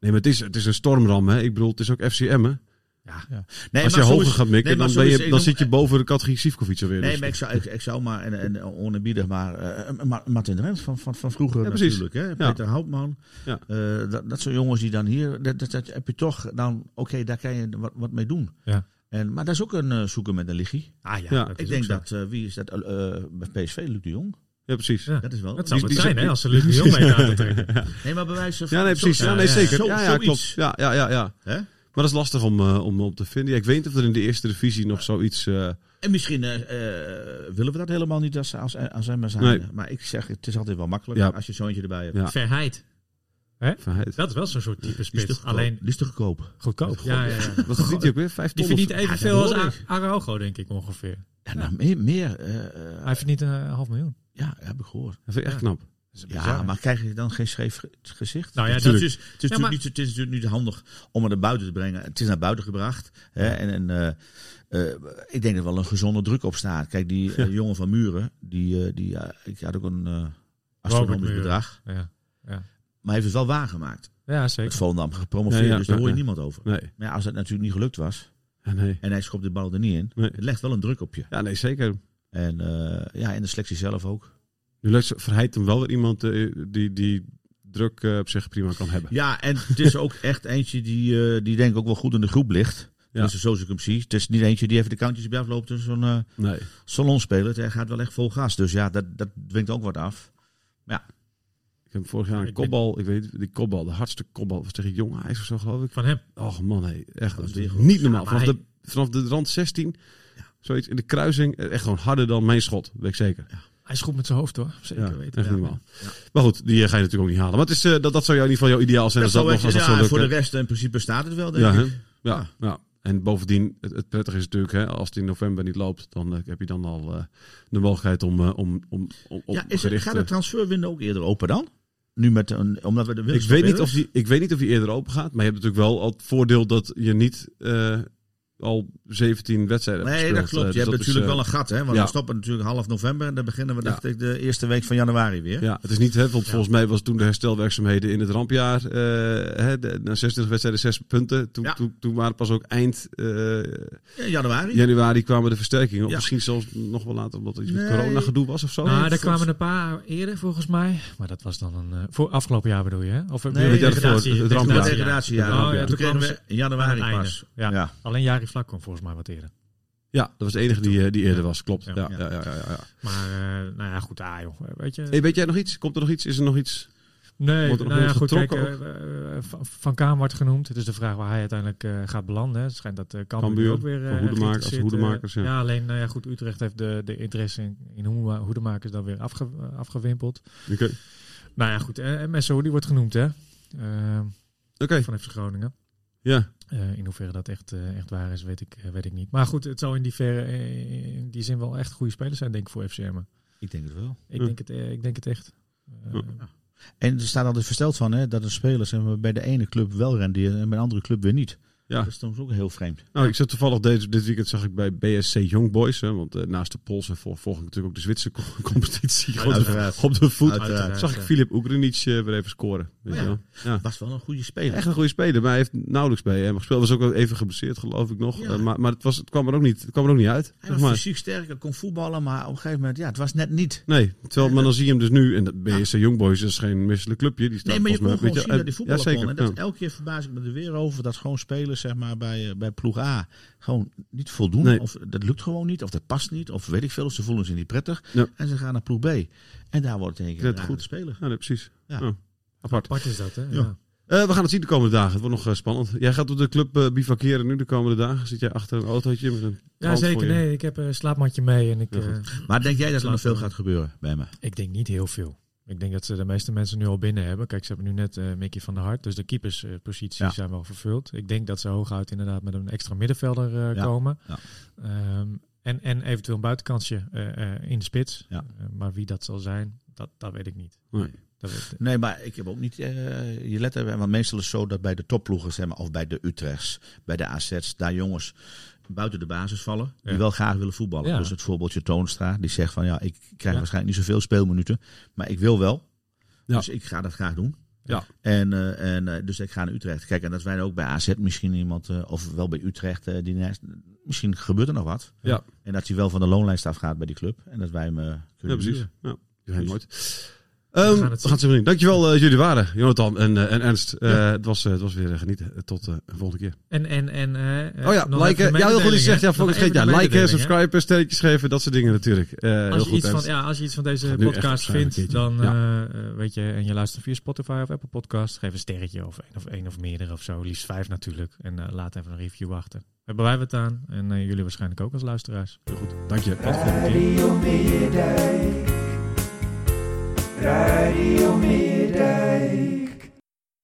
Nee, maar het is, het is een stormram hè. Ik bedoel, het is ook FC Emmen. Nee, Als je maar zo hoger is- gaat mikken, nee, maar dan, zo ben is- je, ik dan noem- zit je boven de categorie Sivkovic alweer. Nee, Dus- maar ik zou, ik, ik zou maar, en, en onerbiedig, maar eh, Ma- Martin Rens van, van, van vroeger Ja, precies. natuurlijk. Hè? Peter Houtman. Ja. Eh, dat, dat soort jongens die dan hier, dat, dat, dat heb je toch, dan oké, daar kan je wat, wat mee doen. Ja. En, maar dat is ook een eh, zoeken met een liggie. Ah ja, Ja, dat is Ik denk ook zo. dat, eh, wie is dat, eh, eh, bij PSV, Luc de Jong. Ja, precies. Ja. Dat is wel... Dat zou Die- het die- zijn, die- hè? Als ze Luc de Jong mee *laughs* aan te trekken. Nee, maar bij wijze van... Ja, nee, precies. zo- Ja, nee, ja, zeker. zo- Ja, ja, zoiets. klopt. Ja, ja, ja, ja. Hè? Maar dat is lastig om, eh, om op te vinden. Ja, ik weet niet of er in de eerste divisie nog zoiets... eh, En misschien eh, eh, willen we dat helemaal niet als, als, als Emma zijn. Nee. Maar ik zeg, het is altijd wel makkelijk Ja. als je zoontje erbij hebt. Ja. Verheid. Verheid. Dat is wel zo'n soort type Die is te spits. goedkoop. Alleen Die is te goedkoop. goedkoop. Ja, ja, ja. Wat verdient hij ook weer? Vijf Die ton of verdient zo? evenveel als hoor A- Araujo, denk ik ongeveer. Ja, nou, meer. meer eh, eh, Hij verdient een half miljoen. ja, heb ik gehoord. Dat vind ik echt knap. Ja, maar krijg je dan geen scheef ge- gezicht? Nou ja, het, is, dus- dat natuurlijk- is... het, is Ja, natuurlijk maar- niet, het is natuurlijk niet handig om het naar buiten te brengen. Het is naar buiten gebracht. Hè? En, en eh, eh, ik denk dat er wel een gezonde druk op staat. Kijk, die eh, jongen van Muren, die, eh, die, eh, ik had ook een eh astronomisch Muren. bedrag. Ja, Maar hij heeft het wel waargemaakt. ja Het zeker. Volendam gepromoveerd, Ja, ja, dus daar ja, hoor je ja. niemand over. Nee. Maar ja, als dat natuurlijk niet gelukt was Ja, nee. en hij schopt de bal er niet in, Nee. het legt wel een druk op je. Ja, nee, zeker. En eh, ja, en de selectie zelf ook. Nu lijkt ze- verheid hem wel weer iemand eh, die, die druk eh, op zich prima kan hebben. Ja, en het is ook echt eentje die, eh, die denk ik ook wel goed in de groep ligt. Ja. Dus zoals ik hem zie. Het is niet eentje die even de kantjes bij afloopt. en Zo'n eh Nee. salon spelen. Hij gaat wel echt vol gas. Dus ja, dat, dat dwingt ook wat af. Ik heb vorig jaar Ik een ben- kopbal, ik weet die kopbal, de hardste kopbal was tegen Jong Ajax of zo geloof ik. Van hem. Och man, hé, echt Dat is dat is weer- niet normaal. Ja, Vanaf maar de, vanaf de rand 16, zoiets in de kruising, eh, echt gewoon harder dan mijn schot, weet ik zeker. Hij is goed met zijn hoofd hoor. Zeker Ja, weten. echt Ja. niet normaal. Maar goed, die eh, ga je natuurlijk ook niet halen. Maar het is, eh, dat, dat zou jou in ieder geval jouw ideaal zijn. als zou dat nog, echt- als dat ja, zou en voor de lukken. rest in principe staat het wel, denk Ja, ik. hè? ja, ja. En bovendien, het, het prettige is natuurlijk, hè, als het in november niet loopt, dan eh, heb je dan al eh, de mogelijkheid om, eh, om, om, om, om Ja, is het, gericht, gaat eh, de transferwindow ook eerder open dan? Nu met een, omdat we de ik, weet niet of die, ik weet niet of die eerder open gaat, maar je hebt natuurlijk wel al het voordeel dat je niet eh, al 17 wedstrijden hebt Nee, dat gespeeld. klopt. Eh, Je hebt dus dat is, natuurlijk eh, wel een gat, hè? Want ja. we stoppen natuurlijk half november en dan beginnen we Ja. dacht ik de eerste week van januari weer. Ja, het is niet, hè, want volgens mij was toen de herstelwerkzaamheden in het rampjaar, eh, hè, de- na 26 wedstrijden 6 punten. Toen, Ja. toen, toen waren pas ook eind eh, Ja, januari. januari kwamen de versterkingen. Of Ja. misschien zelfs nog wel later, omdat er iets met Nee. corona gedoe was of zo. Nou, Dat- daar kwamen een paar eerder volgens mij. Maar dat was dan een... eh, voor afgelopen jaar bedoel je, hè? Of Nee, het jaar ervoor, degradatie- het rampjaar. Het degradatiejaar. degradatiejaar. Oh, ja, toen, toen kregen kwamen we in januari aan het pas. einde. Ja. Alleen Jari Vlak kwam volgens mij wat eerder. Ja, dat was de enige die, eh, die eerder was, klopt. Ja, Ja. ja, ja, ja, ja, Maar eh, nou ja, goed, ah joh. Weet je, Hey, weet jij nog iets? Komt er nog iets? Is er nog iets? Nee, Wordt er nog nou ja, eens goed, kijk, getrokken eh, eh, Van- Van Kaam wordt genoemd. Het is de vraag waar hij uiteindelijk eh, gaat belanden. hè. Het schijnt dat eh Cambuur Cambuur, ook weer... eh, voor Hoedemakers, geïnteresseerd, als Hoedemakers, eh, ja. Ja, alleen, nou ja, goed, Utrecht heeft de, de interesse in, in Hoedema- Hoedemakers dan weer afge, eh, afgewimpeld. Oké. Nou ja, goed, en, en Messo, die wordt genoemd, hè? Eh, Oké, van FC Groningen. ja. Eh, in hoeverre dat echt, eh, echt waar is, weet ik, eh, weet ik niet. Maar goed, het zou in die, verre, eh, in die zin wel echt goede spelers zijn, denk ik, voor FCM. Ik denk het wel. Ik, Ja. denk, het, eh, ik denk het echt. Eh, Ja. En er staat altijd versteld van hè, dat een speler zeg maar, bij de ene club wel rendeert en bij de andere club weer niet. Ja. Dat is soms ook heel vreemd. Nou, ik zat toevallig deze, dit weekend zag ik bij BSC Young Boys. Hè, want eh, naast de Poolse vol- volg ik natuurlijk ook de Zwitserse co- *laughs* competitie gewoon op, de, Uiteraard. op de voet. Uiteraard, Uiteraard, zag ik ja. Filip Oegrenic eh, weer even scoren. Weet Ja. je wel. Ja. Was wel een goede speler. Echt een goede speler, maar hij heeft nauwelijks bij hem gespeeld. Was ook wel even geblesseerd, geloof ik nog. Ja. Eh, maar maar het, was, het, kwam er ook niet, het kwam er ook niet uit. Hij zeg was dus- maar. fysiek sterker, kon voetballen, maar op een gegeven moment, ja, het was net niet. Nee, terwijl, maar dan zie je hem dus nu. En dat BSC Young Boys is geen misselijk clubje. Die staat Nee, maar je kon volgens gewoon mij zien dat een hij beetje voetballen kon. uit- Ja, En zeker. dat, elke keer verbaas ik me er weer over dat gewoon spelers zeg maar, bij, eh, bij ploeg A gewoon niet voldoen. Nee. Of dat lukt gewoon niet, of dat past niet, of weet ik veel. Of ze voelen zich niet prettig. Ja. En ze gaan naar ploeg B. En daar wordt het in één keer Dat een goed. goed speler. Ja, Ja, nee, precies. Ja. Ja. Apart. Apart is dat, hè? Ja. Eh, we gaan het zien de komende dagen. Het wordt nog eh, spannend. Jij gaat op de club eh bivakeren nu de komende dagen. Zit jij achter een autootje met een Ja, krant voor zeker. je? Nee, ik heb een slaapmatje mee en ik, Ja, goed. eh, Maar denk jij dat er nog veel gaat gebeuren bij me? ik denk niet heel veel. Ik denk dat ze de meeste mensen nu al binnen hebben. Kijk, ze hebben nu net eh Mickey van der Hart, dus de keepersposities Ja. zijn wel vervuld. Ik denk dat ze hooguit inderdaad met een extra middenvelder eh, Ja, komen. ja. Ehm, en, en eventueel een buitenkantje eh, eh, in de spits. Ja. Eh, maar wie dat zal zijn, dat, dat weet ik niet. Nee. Dat weet, Nee, maar ik heb ook niet. eh, je let er, want meestal is het zo dat bij de topploegen, zeg maar, of bij de Utrechts, bij de AZ's, daar jongens buiten de basis vallen. Die Ja. wel graag willen voetballen. Ja. Dus het voorbeeldje Toonstra, die zegt van ja, ik krijg Ja. waarschijnlijk niet zoveel speelminuten, maar ik wil wel. Ja. Dus ik ga dat graag doen. Ja. En, eh, en eh, dus ik ga naar Utrecht. Kijk, en dat wij ook bij AZ misschien iemand, eh, of wel bij Utrecht, eh, die neist- misschien gebeurt er nog wat. Ja. En dat hij wel van de loonlijst afgaat bij die club. En dat wij hem eh, Ja, kunnen precies. huren. Ja, je weet Dus- nooit. Ehm, we gaan gaan het het zien. zo doen. Dankjewel eh, dat jullie waren, Jonathan en, eh, en Ernst. Eh, het, was, eh, het was weer eh, genieten. Eh, Tot eh, de volgende keer. En, en, en, eh, Oh ja, nog even liken. de Ja, heel goed mededeling, gezegd. hè? Ja, volgens Nog mij. Ja, even de liken, mededeling, hè? subscriben, sterretjes geven, dat soort dingen natuurlijk. Eh, heel Als je, goed, iets van, Ernst. ja, als je iets van deze Gaat nu echt podcast waarschijnlijk vindt, een dan keertje. eh, eh, weet je, en je luistert via Spotify of Apple Podcast, geef een sterretje of één of één of meerdere of zo, liefst vijf natuurlijk. En eh, laat even een review achter. Hebben wij wat aan en eh, jullie waarschijnlijk ook als luisteraars. Heel goed. Dank je. Radio Meerdijk. Radio Meerdijk.